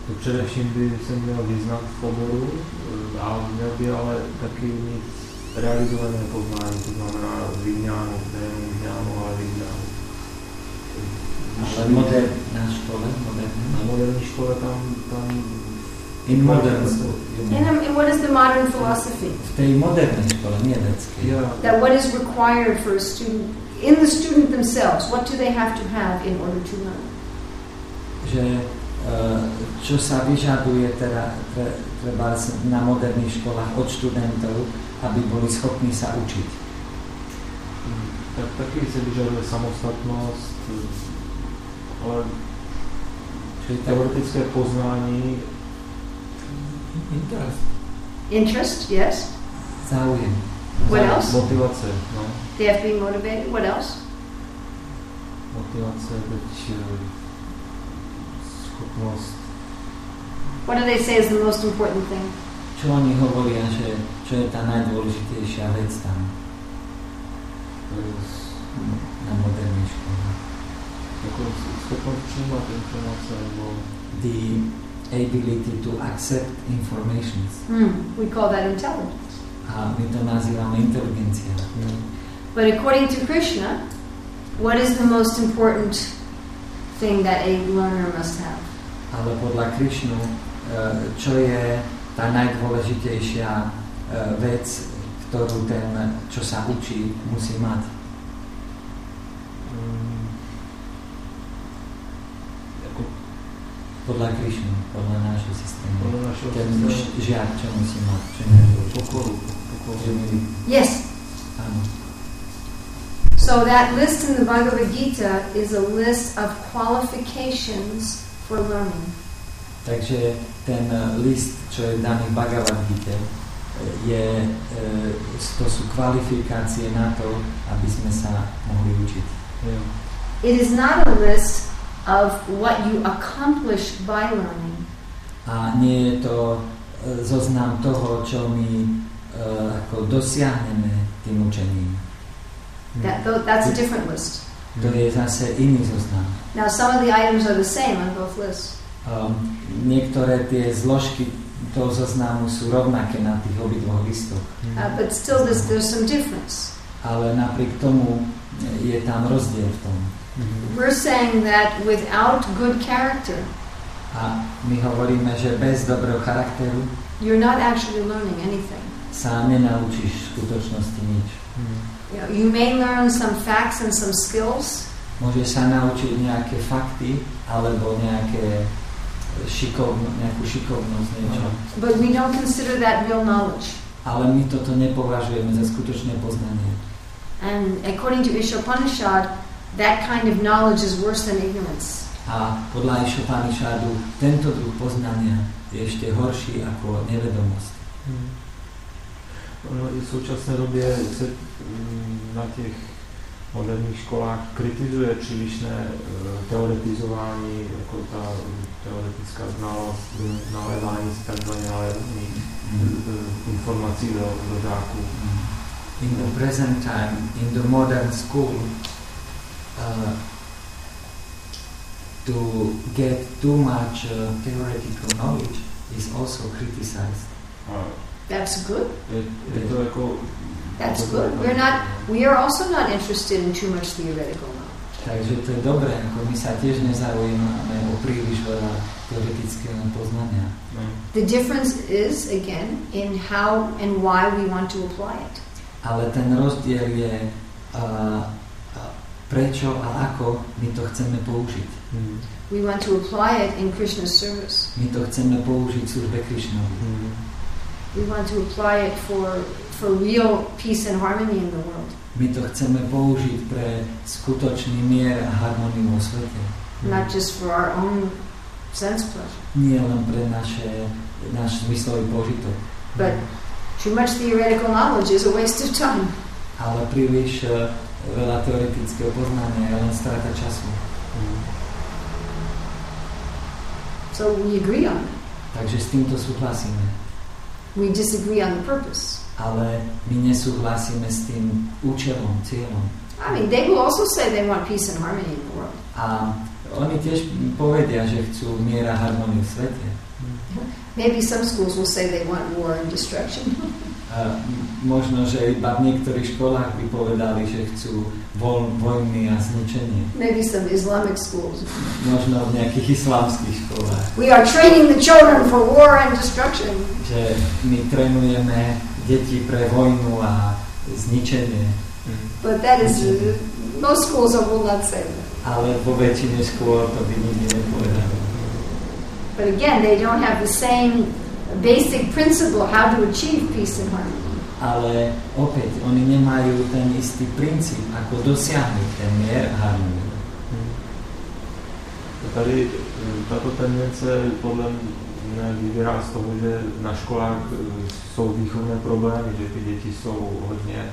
To především by se měl vyznat v oboru eh, a měl by ale taky mít realizované poznání, to znamená vyňánu, nejenom vyňánu, ale vyňánu.
Ale moder, na škole, moderné.
Na moderní škole tam, tam
In modern school.
And, um, and what is the modern philosophy?
V tej modernej škole, nie
je
vedskej.
That what is required for a student, in the student themselves, what do they have to have in order to learn?
Že e, čo sa vyžaduje teda, tre, treba na moderných školách od študentov, aby boli schopní sa učiť.
Tak taky se vyžaduje samostatnost, ale
Čiže to
teoretické poznání,
Interes.
Interest, yes.
Záujem.
What else?
motivace, no.
They have to be motivated. What else?
Motivace, teď eh, schopnost
What do they say is the most important thing?
Čo oni hovoria, že čo je tá najdôležitejšia vec tam
eh, s-
na modernej škole?
jako s- schopnost přijímat informace nebo
The ability to accept informations.
Hmm, we call that intelligence.
A my to nazývame inteligencia.
But according to Krishna, what is the most important thing that a learner must have?
Ale podľa Krišnu, e, čo je tá najdôležitejšia e, vec, ktorú ten, čo sa učí, musí mať?
mm, jako
Podľa Krišnu, podľa nášho systému.
podle našeho
Ten
systému
ž- žiak, čo musí mať? Čo nedôležité?
pokoru,
Že
pokoru.
my,
Yes.
áno.
So that list in the Bhagavad Gita is a list of qualifications for learning.
Takže ten eh, list, čo je daný v Bhagavad Gita, eh, je, eh, to sú kvalifikácie na to, aby sme sa mohli učiť.
Jo.
It is not a list of what you accomplish by learning.
A nie je to eh, zoznam toho, čo my eh, ako dosiahneme tým učením.
That, tho- that's a different list.
To je zase iný zoznam.
Now, some of the items are the same on both lists.
Um, Niektoré tie zložky toho zoznamu sú rovnaké na tých obidvoch listoch,
Uh, but still, there's, there's some difference.
ale napriek tomu eh, je tam rozdiel v tom.
We're saying that without good character,
A my hovoríme, že bez dobrého charakteru
you're not actually learning anything.
sa nenaučíš v skutočnosti nič.
You, know, you may learn some facts and some skills,
Môžeš sa naučiť nejaké fakty alebo nejaké šikovno, nejakú šikovnosť, niečo.
but we don't consider that real knowledge.
Ale my toto nepovažujeme za skutočné poznanie.
And according to Ishopanishad, that kind of knowledge is worse than ignorance.
A podľa Išopanishadu tento druh poznania je ešte horší ako nevedomosť.
Ono i v současné době se mm, na těch moderních školách kritizuje přílišné eh, teoretizování, jako ta mm, teoretická znalost, eh, nalévání si takzvaně nalévání eh, informací do, do žáků.
In the present time, in the modern school, uh, to get too much uh, theoretical knowledge is also criticized.
A
That's good.
je, je to jako...
That's
jako-
good. We're not- We are also not interested in too much theoretical knowledge.
Takže to je dobré, ako my sa tiež nezaujímame o príliš veľa teoretického poznania.
Ne.
The difference is, again, in how and why we want to apply it.
Ale ten rozdiel je, a, a prečo a ako my to chceme použiť.
Mm.
We want to apply it in Krishna's service.
My to chceme použiť v službe Krišnovi.
Mm.
We want to apply it for, for real peace and harmony in the world.
My to chceme použiť pre skutočný mier a harmoniu vo svete.
not just for our own sense pleasure.
Nie len pre naše, náš zmyslový požitok.
But too much theoretical knowledge is a waste of time.
Ale príliš e, veľa teoretického poznania je len strata času.
Mm.
So we agree on it.
Takže s týmto súhlasíme.
We disagree on the purpose.
ale my nesúhlasíme s tým účelom, cieľom.
I mean, they will also say they want peace and harmony in the world.
A oni tiež povedia, že chcú miera harmóniu v svete.
Maybe some schools will say they want war and destruction.
A m- možno, že iba v niektorých školách by povedali, že chcú voľ, vojny a zničenie.
Maybe some Islamic schools.
Možno v nejakých islamských školách,
We are training the children for war and destruction.
že my trénujeme deti pre vojnu a zničenie.
Mm.
But that is, most schools will not say that.
Ale vo väčšine škôl to by nikdy nepovedali.
But again, they don't have the same basic principle how to achieve peace and harmony.
ale opäť oni nemajú ten istý princíp, ako dosiahnuť ten mier a harmoniu.
Tady eh, tato tendence podle mě vyvírá z toho, že na školách eh, jsou výchovné problémy, že ty děti jsou hodně eh,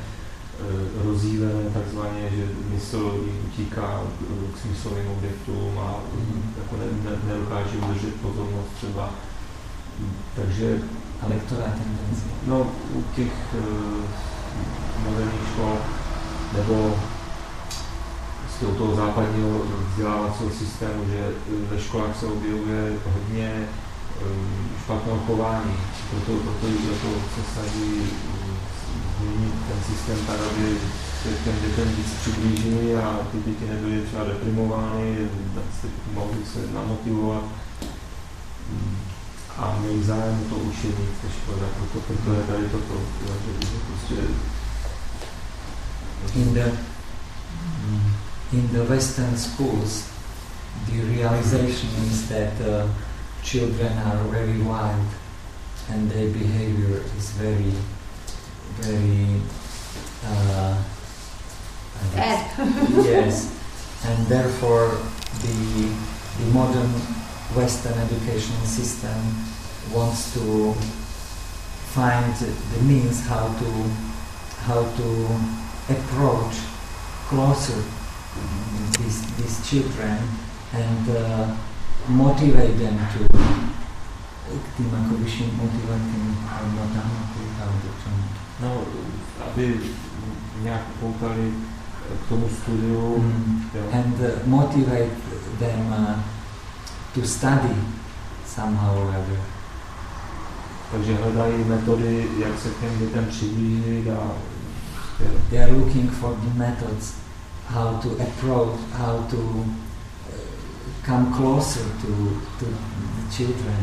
rozjívené takzvaně, že mysl jim utíká eh, k- k smyslovým objektům a
Mm-hmm.
Mhm.
jako ne, ne, nedokáže udržet pozornost třeba. Mm, Takže
Ale ktorá tendencia?
no, u těch eh, moderních škol nebo z toho- toho západního vzdělávacího systému, že eh, ve školách se objevuje hodně ehm, špatného chování, proto, proto, proto se snaží ehm, změnit ten systém tak, aby se těm dětem víc přiblížili a ty děti nebyly třeba deprimovány, da- se, mohly se namotivovat Ehm, a měli zájem to učení, což škoda, proto, proto je tady toto, jo, že- že prostě
In the, in the Western schools, the realization is that uh, children are very wild and their behavior is very, very uh, I guess-
Bad.
yes, and therefore the, the modern Western education system wants to find the means how to how to approach closer these, these children and uh, motivate them to k tým ako vyšším motivačným hodnotám, ako je to čo.
No, aby nějak poutali k tomu studiu. Mm.
Mm.
Jo.
and uh, motivate them uh, to study somehow or other.
Takže hledají metody, jak se k těm dětem přiblížit a
They are looking for the methods how to approach, how to uh, come closer to, to the children.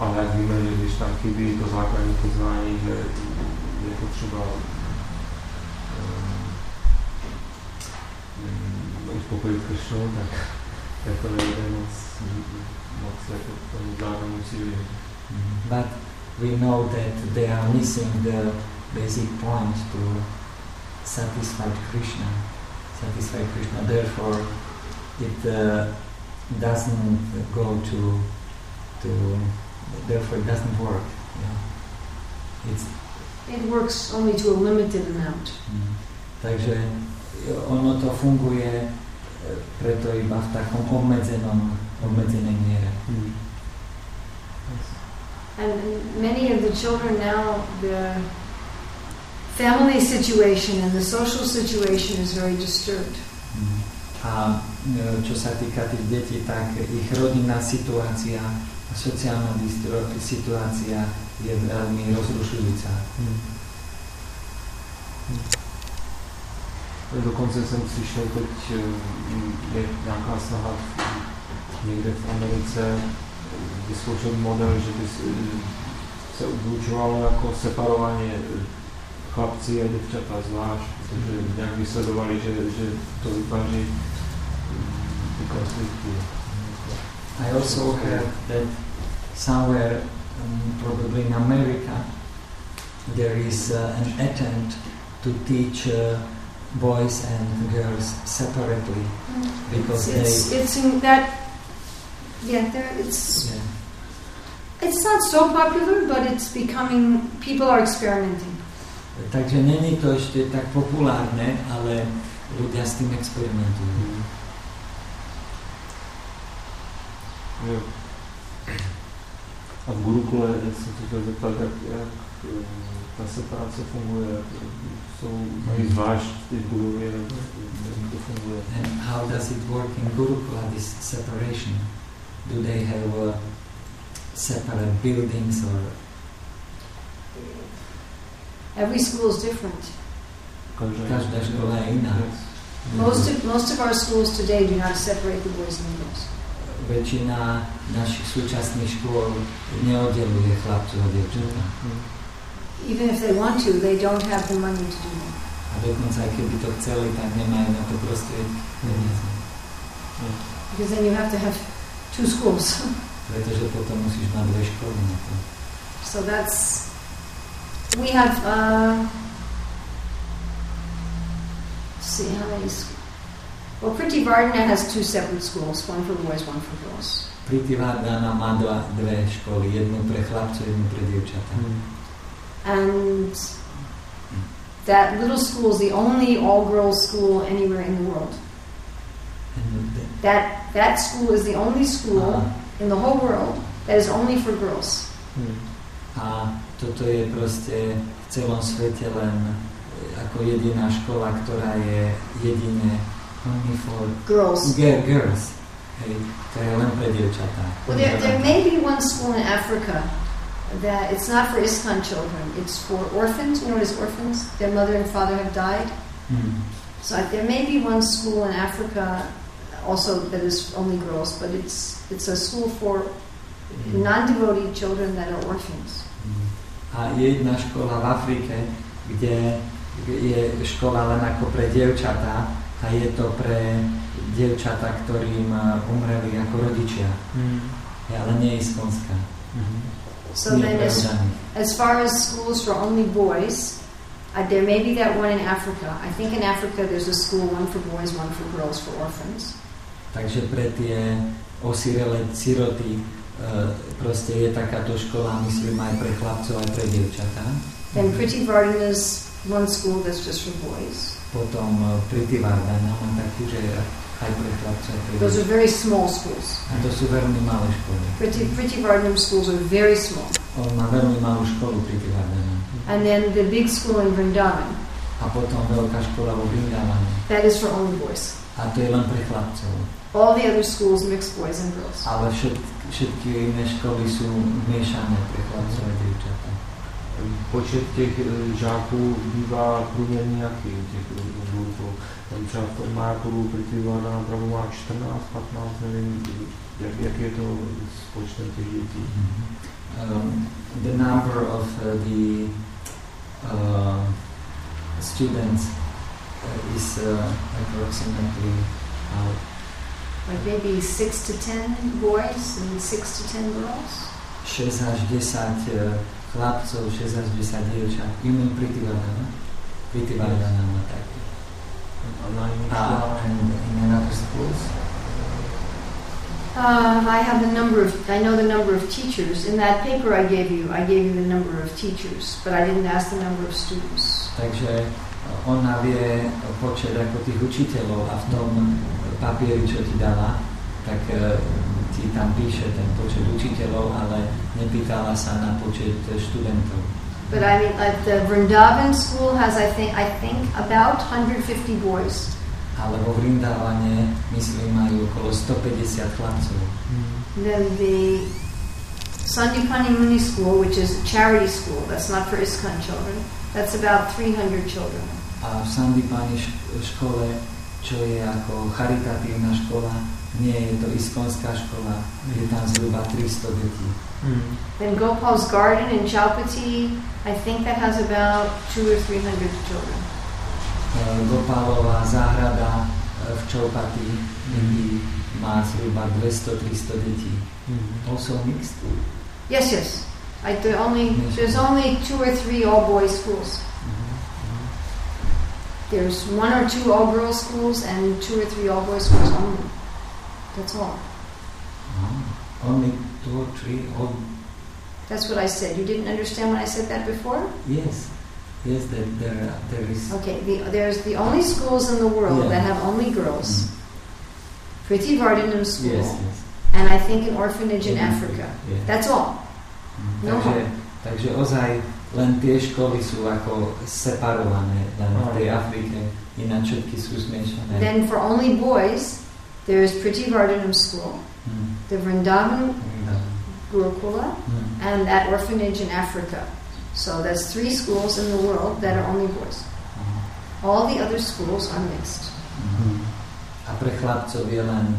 ale jak víme, že když tam chybí to základní poznání, že je potřeba eh, um, uspokojit Kršnu, tak, tak to nejde moc, moc jako tomu základnímu cíli.
But we know that they are missing the basic point to satisfy Krishna, satisfy Krishna. Therefore, it uh, doesn't go to to. Therefore, it doesn't work. Yeah. It's
It works only to a limited amount.
Mm. Takže ono to funguje eh, preto iba v takom obmedzenom, obmedzenej miere.
Mm.
And many of the children now, the family situation and the social situation is very disturbed.
A e, čo sa týka tých detí, tak ich rodinná situácia a sociálna distro- situácia je veľmi rozrušujúca.
Hmm. Dokonce jsem slyšel teď, mm, je nějaká snaha v- někde v Americe vyzkoušet model, že by s- se odlučovalo jako separovaně chlapci a děvčata zvlášť, protože nějak vysledovali, že, že to vytváří mm, ty konflikty.
I also heard that e, somewhere, um, probably in America, there is uh, an attempt to teach uh, boys and girls separately because
It's, it's in that, yeah, there, it's,
they. Yeah.
it's not so popular, but it's becoming, people are experimenting.
Takže není to ešte tak populárne, ale ľudia s tým experimentujú.
Mm. Jo. A é v Gurukule, jak jsem se chtěl zeptat, jak, jak eh, ta separace funguje, jak, eh, jsou mají zvlášť ty guruji, nebo jak to funguje.
And how does it work in Gurukula, this separation? Do they have uh, separate buildings or...
Every school is different.
Každá škola je jiná.
Yes.
Most of, most of our schools today do not separate the boys and the girls.
Väčšina našich súčasných škôl neoddeluje chlapcov od dievčatá.
Mm.
Even if they want to, they don't have the money to do that.
A dokonca aj keby to chceli, tak nemajú na to prostriedky. peniaze.
Because then you have to have two schools.
Pretože potom musíš mať dve školy na to.
So that's We have, uh, let's see how many, s- well, Priti Vardhana has two separate schools, one for boys, one for girls.
Pritivardhana má dva, dve školy, jednu pre chlapcov, jednu pre
hum,
dievčatá.
And that little school is the only all-girls school anywhere in the world.
And the-
That, that school is the only school
a-
in the whole world that is only for girls.
hum.
A toto je proste v celom svete len e, ako jediná škola, ktorá je jedine only for
Girls.
girl, girls. Hej, to je len pre dievčatá.
Well, there, there may be one school in Africa that it's not for ISKCON children. It's for orphans. You know what is orphans? Their mother and father have died.
Hmm.
So I- there may be one school in Africa also that is only girls, but it's it's a school for
Mm-hmm.
non-devotee children that are orphans.
A je jedna škola v Afrike, kde je škola len ako pre dievčatá a je to pre dievčatá, ktorým a, umreli ako rodičia. Hej, ale nie je z Konska.
So
nie
then, as,
preudaných.
as far as schools for only boys, uh, there may be that one in Africa. I think in Africa there's a school one for boys, one for girls, for orphans.
Takže pre tie osirele siroty e, proste je takáto škola, myslím, aj pre chlapcov, aj pre dievčatá.
Then Pretty Varden is one school that's just for boys.
Potom e, Pritivardhana má takú, že aj pre chlapcov, aj pre
Those are
dievčatá.
very small schools.
A to sú veľmi malé školy.
Pretty, Pretty Varden schools are very small.
On má veľmi malú školu Pritivardhana.
And then the big school in Vrindavan,
A potom veľká škola vo Vrindavane.
that is for only boys.
A to je len pre chlapcov.
All the other schools mix boys and girls.
Ale všetky, všetky iné školy sú miešané pre chlapcov a dievčatá.
Počet těch eh, žáků bývá průměrně jaký u těch eh, guruků. Tam třeba v tom Markovu Pritivana opravdu má 14, 15, nevím, jak, jak je to s počtem těch dětí.
Um, the number of uh, the uh, students uh, is uh, approximately uh,
Like maybe six to ten boys and six to ten girls.
6 až 10 uh, chlapcov, 6 až 10 dievčat. Imen pritivadaná. Pritivadaná má taký.
A na jiných
A
školách-
Ah, and in another schools?
Uh, I have the number of, I know the number of teachers. In that paper I gave you, I gave you the number of teachers, but I didn't ask the number of students.
Takže ona vie počet ako tých učiteľov a v tom papieri, čo ti dala, tak eh, ti tam píše ten počet učiteľov, ale nepýtala sa na počet eh, študentov.
But I mean, like the Vrindavan school has, I think, I think about 150 boys,
Ale vo Vrindavane, myslím, majú okolo 150 chlapcov.
Mm.
Then the Sandipani Muni School, which is a charity school, that's not for ISKCON children, that's about 300 children.
A v Sandipani šk- škole, čo je ako charitatívna škola, nie je to iskonská škola, je tam zhruba 300 detí.
Mm.
Then Gopal's Garden in Chalpati, I think that has about two or 300 children.
Eh, Gopalová záhrada eh, v Čopati Indii má zhruba 200-300 detí. Also mixed?
Yes, yes. I, there only, there's only two or three all-boys schools. There's one or two all-girls schools and two or three all-boys schools only. That's all.
Oh, Only two or three? Oh,
That's what I said. You didn't understand when I said that before?
yes. Yes, there, there, are- there is.
Okay, the, there's the only schools in the world
Yeah. Mm-hmm.
that have only girls. Pretty Vardhanam School,
Mm, Yes, yes.
and I think an orphanage in Africa.
Yeah.
That's all.
Mm,
No.
Takže, takže ozaj len tie školy sú ako separované len v tej Afrike, ináč všetky sú zmiešané.
Then for only boys, there's Pretty Vardhanam School,
Mm,
the Vrindavan
mm,
Gurukula,
mm.
and that orphanage in Africa. So that's three schools in the world that are only boys.
mm.
All the other schools are mixed.
Mhm. A pre chlapcov je len,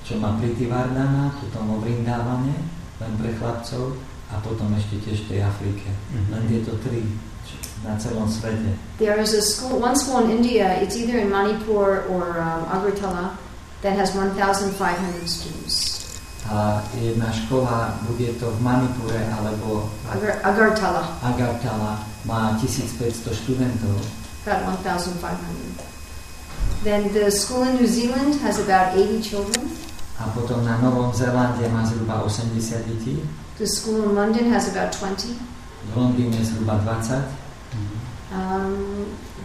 čo má pritivardana, potom o vrindávane, len pre chlapcov a potom ešte tiež v tej Afrike. Len tieto tri čo- na celom svete.
There is a school, one school in India, it's either in Manipur or um, Agartala, that has 1,500 students.
A jedna škola, bude to v Manipure alebo
Agar- Agartala.
Agartala, má 1500 študentov.
about 1,500. Then the school in New Zealand has about 80 children.
A potom na Novom Zélande má zhruba 80 detí,
The school in London has about 20.
v Londýne zhruba 20.
Mhm.
Um,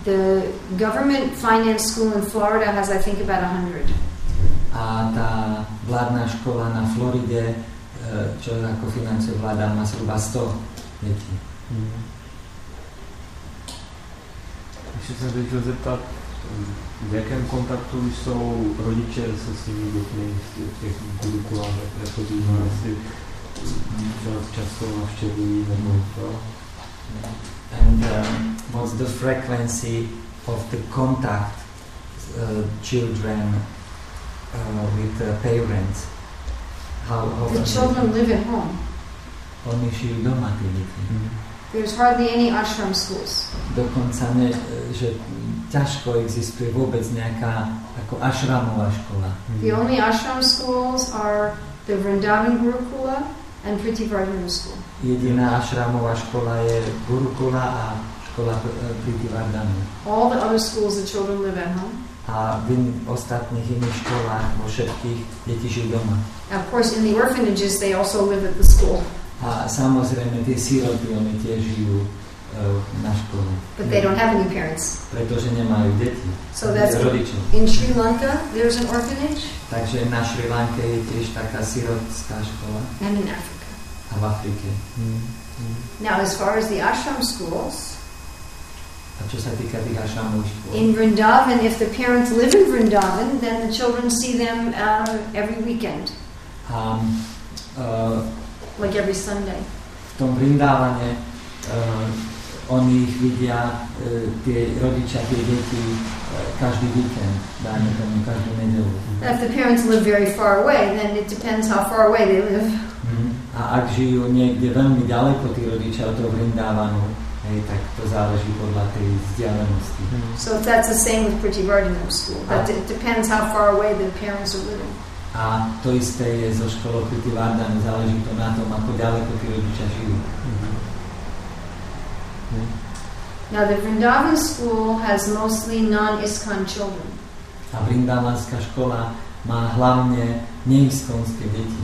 the government financed school in Florida has, I think, about 100.
A tá vládna škola na Floride, e, čo ako financuje vláda, má zhruba 100 detí.
Mhm. Ještě jsem se chtěl zeptat, mm, v jakém kontaktu jsou rodiče se svými dětmi z těch gurukulách, jak chodí,
Mhm.
jestli
Mm.
čas- často navštěvují nebo to.
And um, what's the frequency of the contact uh, children uh, with uh, parents? How often?
The children live at home.
Oni žijú doma tí deti.
There's hardly any ashram schools.
Dokonca ne, e, že ťažko existuje vôbec nejaká ako ašramová škola.
Mhm.
The only ashram schools are the Vrindavan Gurukula and Pritivarjuna school.
Jediná ašramová škola je Gurukula a škola eh, Pritivardhana.
All the other schools, the children live at home.
A v in- ostatných iných školách vo všetkých deti žijú doma.
Now, of course, in the orphanages, they also live at the school,
A samozrejme tie síroty, oni tiež žijú e, na škole,
but they don't have any parents.
pretože nemajú deti,
So that's
rodičov.
in Sri Lanka, there's an orphanage,
Takže na Šri Lanke je tiež taká sirotská škola
and in Africa.
a v Afrike.
Mm.
Mhm. Mhm.
Now, as far as the ashram schools,
A čo sa týka tých ašramových škôl,
in Vrindavan, if the parents live in Vrindavan, then the children see them uh, every weekend,
a e,
like every Sunday.
v tom Brindávane e, oni ich vidia, e, tie rodičia, tie deti e, každý víkend, dajme tomu, každú nedelu.
Hmm.
Now, if the parents live very far away, then it depends how far away they live.
A ak žijú niekde veľmi ďaleko tí rodičia od toho Vrindávanu, hej, tak to záleží podľa tej vzdialenosti.
Mhm.
So that's the same with Pratibhardhana school. That it depends how far away the parents are living.
A to isté je so školou Pritivardhan, záleží to na tom, ako ďaleko tí rodičia žijú.
Mm.
Mhm.
Now, the Vrindavan school has mostly non-ISKCON children.
A Vrindavanská škola má hlavne neiskonské deti.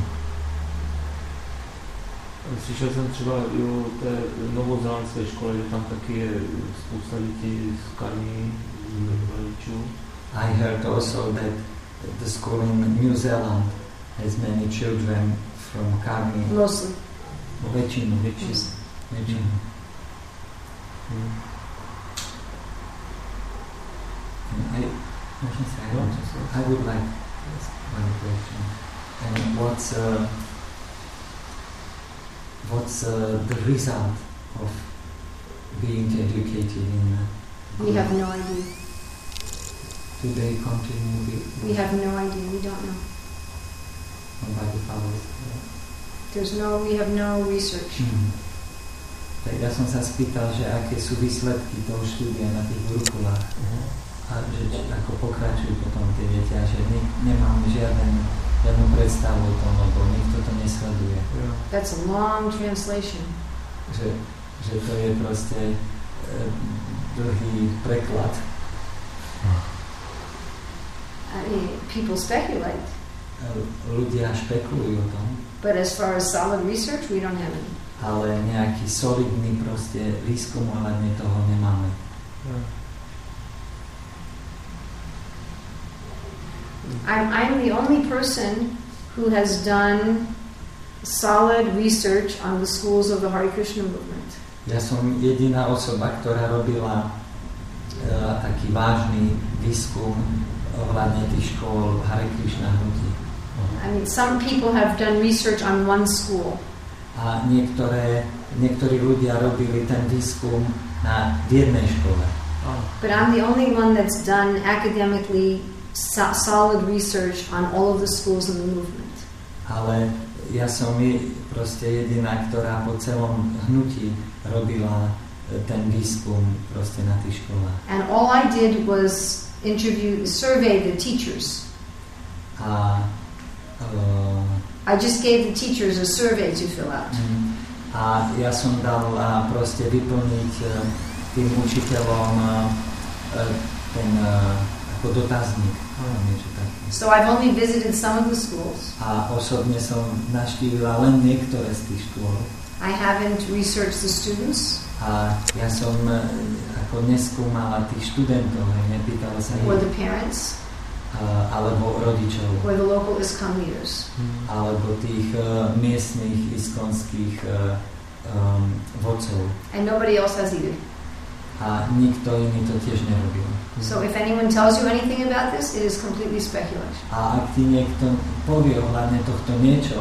Slyšel jsem třeba i o té novozélandské škole, že tam taky je spousta dětí z karmí rodičů.
I heard also that the school in New Zealand has many children from Karmi.
Mostly.
Väčšinu, väčšinu,
Yes.
väčšinu.
Mhm.
I, môžem sa aj
No,
vrátiť?
to jsou-
I would like to ask one question. And what's uh, what's uh, the result of being educated in? uh,
We have no idea.
Do they continue? with-
We have no idea. We don't know.
Nobody follows.
There's no, we have no research.
Hmm. Tak ja som sa spýtal, že aké sú výsledky toho štúdia na tých gurukulách a že či, ako pokračujú potom tie deti a že ne, nemám žiaden, žiadnu predstavu o tom, lebo nikto to nesleduje.
Jo.
That's a long translation.
že, že to je proste e, dlhý preklad.
I mean, people speculate,
E, Ľudia špekulujú o tom,
but as far as solid research, we don't have any.
ale nejaký solidný proste výskum hľadne toho nemáme.
Jo.
I'm, I'm the only person who has done solid research on the schools of the Hare Krishna movement.
Ja som jediná osoba, ktorá robila e, taký vážny výskum ohľadne tých škôl Hare Krishna hnutí.
I mean, some people have done research on one school,
A niektoré, niektorí ľudia robili ten výskum na v jednej škole.
A,
but I'm the only one that's done academically so- solid research on all of the schools in the movement.
Ale ja som je- proste jediná, ktorá po celom hnutí robila e, ten výskum proste na tých školách.
And all I did was interview, survey the teachers.
A, e,
I just gave the teachers a survey to fill out.
mm, a a ja som dal a, proste vyplniť e, tým učiteľom a, e, ten e, ako dotazník. Áno, niečo také.
So I've only visited some of the schools.
A osobne som navštívila len niektoré z tých škôl
I haven't researched the students
a ja som e, ako neskúmala tých študentov, hej, nepýtala sa
or
ich,
the parents
a, alebo rodičov,
or the local ISKCON leaders.
Hm,
alebo tých e, miestnych iskonských e, um, vodcov.
And nobody else has either.
A nikto iný to tiež nerobil.
So if anyone tells you anything about this, it is completely speculation.
A ak ti niekto povie ohľadne tohto niečo,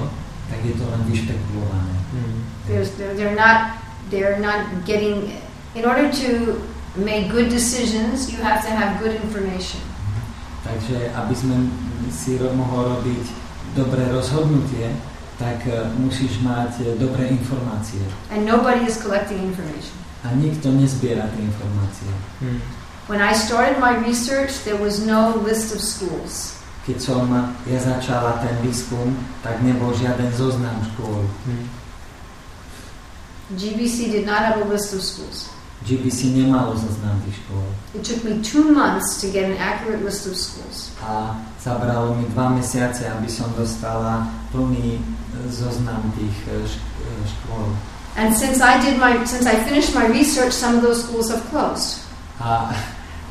tak je to len vyšpekulované.
There's, they're, they're not they're not getting. In order to make good decisions, you have to have good information.
Takže aby sme si ro- mohol robiť dobré rozhodnutie, tak e, musíš mať e, dobré informácie.
And nobody is collecting information.
A nikto nezbiera tie informácie.
hm,
When I started my research, there was no list of schools.
Keď som e, ja začala ten výskum, tak nebol žiaden zoznam škôl.
hm,
GBC did not have a list of schools.
GBC nemalo zoznam tých škôl.
It took me two months to get an accurate list of schools.
A zabralo mi dva mesiace, aby som dostala plný e, zoznam tých e, šk- e, škôl.
And since I did my since I finished my research, some of those schools have closed.
A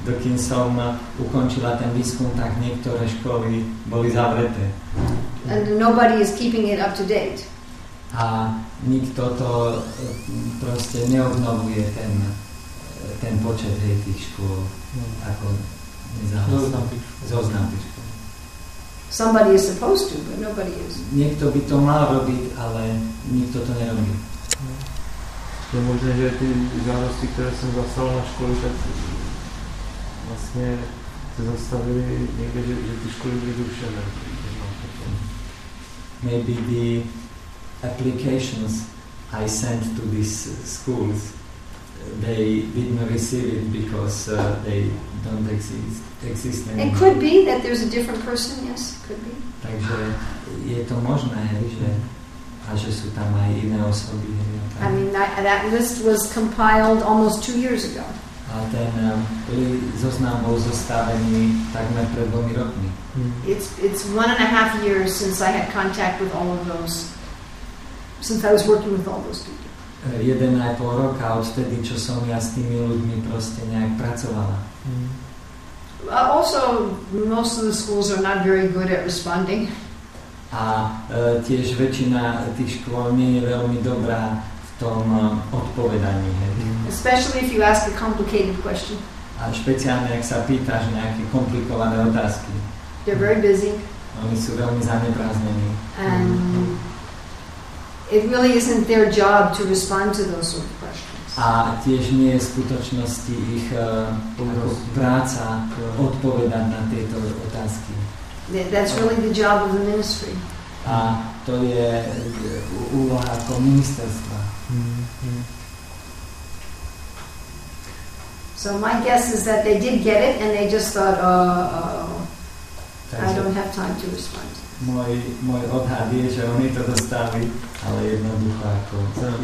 dokým som ukončila ten výskum, tak niektoré školy boli zavreté.
And nobody is keeping it up to date.
A nikto to e, proste neobnovuje ten, e, ten počet hej, tých škôl.
hm.
Ako
No.
Zoznam
nezahlasujú.
tých škôl.
Zoznam tých škôl.
Somebody is supposed to, but nobody is.
Niekto by to mal robiť, ale nikto to nerobí.
Je možné, že ty žádosti, které jsem zaslal na školy, tak vlastně se zastavili někde, že, že ty školy byly zrušené.
Maybe the applications I sent to these schools, they didn't receive it because uh, they don't exist, exist anymore.
It could be that there's a different person. Yes, could be.
Takže je to možné, hej, že, a že sú tam aj iné osoby. Hej, a, tak.
I mean, that, that list was compiled almost two years ago.
a ten um, li- zoznam bol zostavený takmer pred dvomi rokmi.
Hm,
It's it's one and a half years since I had contact with all of those. Since I was working with all those people.
E, Jeden aj pol roka odtedy, čo som ja s tými ľuďmi proste nejak pracovala.
hm,
Uh, Also, most of the schools are not very good at responding.
A e, tiež väčšina tých škôl nie je veľmi dobrá v tom um, odpovedaní. Hej.
hm,
Especially if you ask a complicated question.
A špeciálne, ak sa pýtaš nejaké komplikované otázky.
They're very busy,
Oni sú veľmi zanepráznení.
and it really isn't their job to respond to those sort of questions.
A tiež nie je v skutočnosti ich eh, ako práca odpovedať na tieto otázky.
Th- That's really the job of the ministry.
A to je eh, ú- úloha ako ministerstva.
hm,
So my guess is that they did get it, and they just thought, oh, oh I don't
Takže
have time to respond.
môj, môj odhad je, že oni to dostali, ale jednoducho ako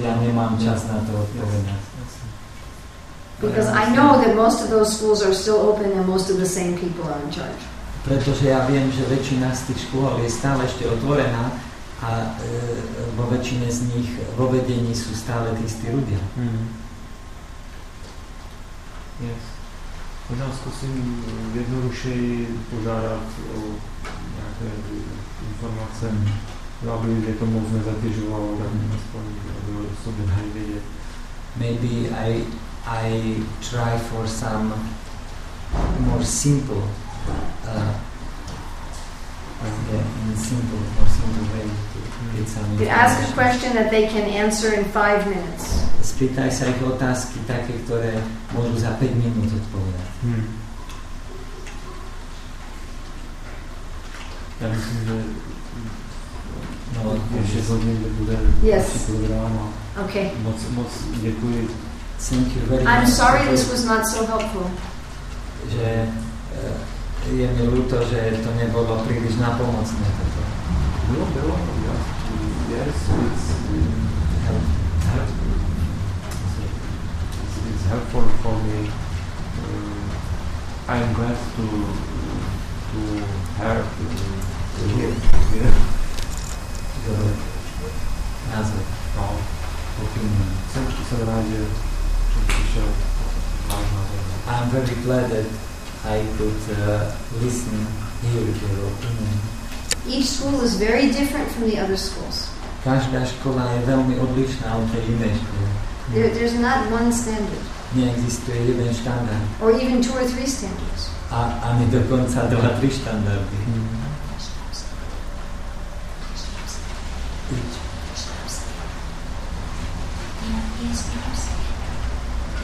ja nemám čas na to odpovedať.
Because I know that most of those schools are still open, and most of the same people are in charge.
Pretože ja viem, že väčšina z tých škôl je stále ešte otvorená a e, vo väčšine z nich vo vedení sú stále tí istí ľudia.
Mhm. Yes. Možná zkusím jednodušeji požádat o nějaké informace, aby je to moc nezatěžovalo, tak aspoň aby o sobě dali vědět.
Maybe I I try for some more simple, uh, yeah, in simple, more simple way to
hm,
get some
You ask a
information.
question that they can answer in five minutes.
Spýtaj sa ich otázky také, ktoré môžu za 5 minút odpovedať.
Hmm. Já myslím, že
No,
ještě hodně bude
Yes.
yes. program a
Okay.
moc, moc děkuji
thank you very
I'm
much.
sorry this was not so helpful.
Že eh, je mi ľúto, že to nebolo príliš napomocné. Toto.
Bylo, bylo. já- Yes, it's,
Help-
help, it's, it's helpful for me. Uh, I'm glad to to help uh, here. Yeah.
názor,
No,
opinion.
jsem, jsem rád, že jsem přišel váš názor.
I'm very glad that I could uh, listen, hear your opinion.
Each school is very different from the other schools.
Každá škola je veľmi odlišná od tej inej školy.
There, there's not one standard,
Neexistuje jeden štandard
or even two or three standards.
a ani dokonca dva, tri štandardy.
hm.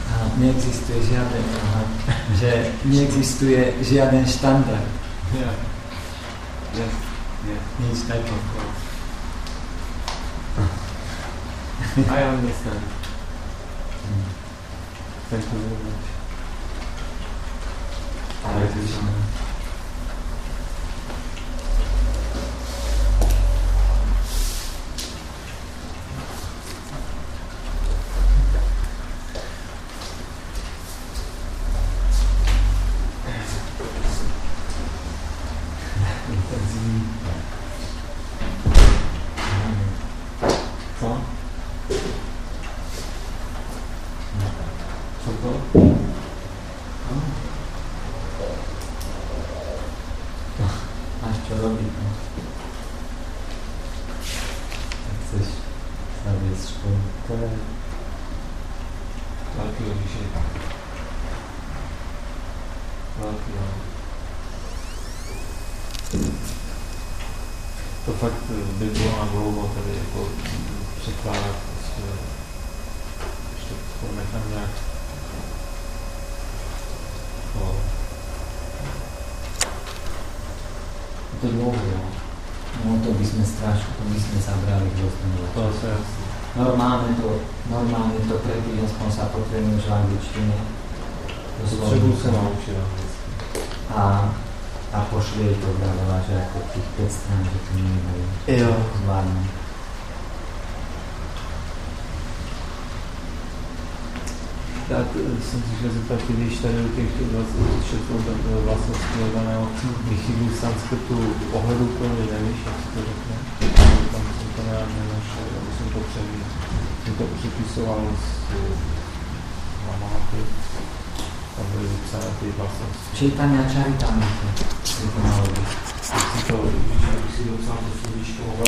A neexistuje žiaden, aha, že neexistuje žiaden štandard,
Yeah. Yes, yes.
nič také.
I understand. Thank you very much.
Ale to je ono.
Intenzivní. Co? Co to?
Máš čo robiť. no. Ak Chceš sa viesť školu.
To je velký oříšek. Velký, no. To fakt eh, by bylo na dlouho tady jako mm, překládat prostě, ještě to nechám nějak to, je to dlouho, jo.
No to by sme strašne, to by sme zabrali hrozne veľa.
To se jasný.
Normálne to, normálne to prebiť, aspoň sa potrebujem v angličtine. do
Potřebuju se
slovníku.
naučit anglicky.
A, a pošli jej to veľa, že ako tých 5 strán, že to nie je
Jo.
zvládne.
Já t- jsem e, si chtěl zeptat, ty víš tady u těch 26 od- vlastností daného mi chybí v sanskritu ohledu plný, nevíš, jak se to řekne? Tam jsem to nějak nenašel, aby jsem to převí. Jsem to připisoval s eh, mamáky, tam byly vypsané ty vlastnosti.
Čítania Čaritamrita. by to malo byť.
Tak si to, víš, jak si to psal, to si víš, to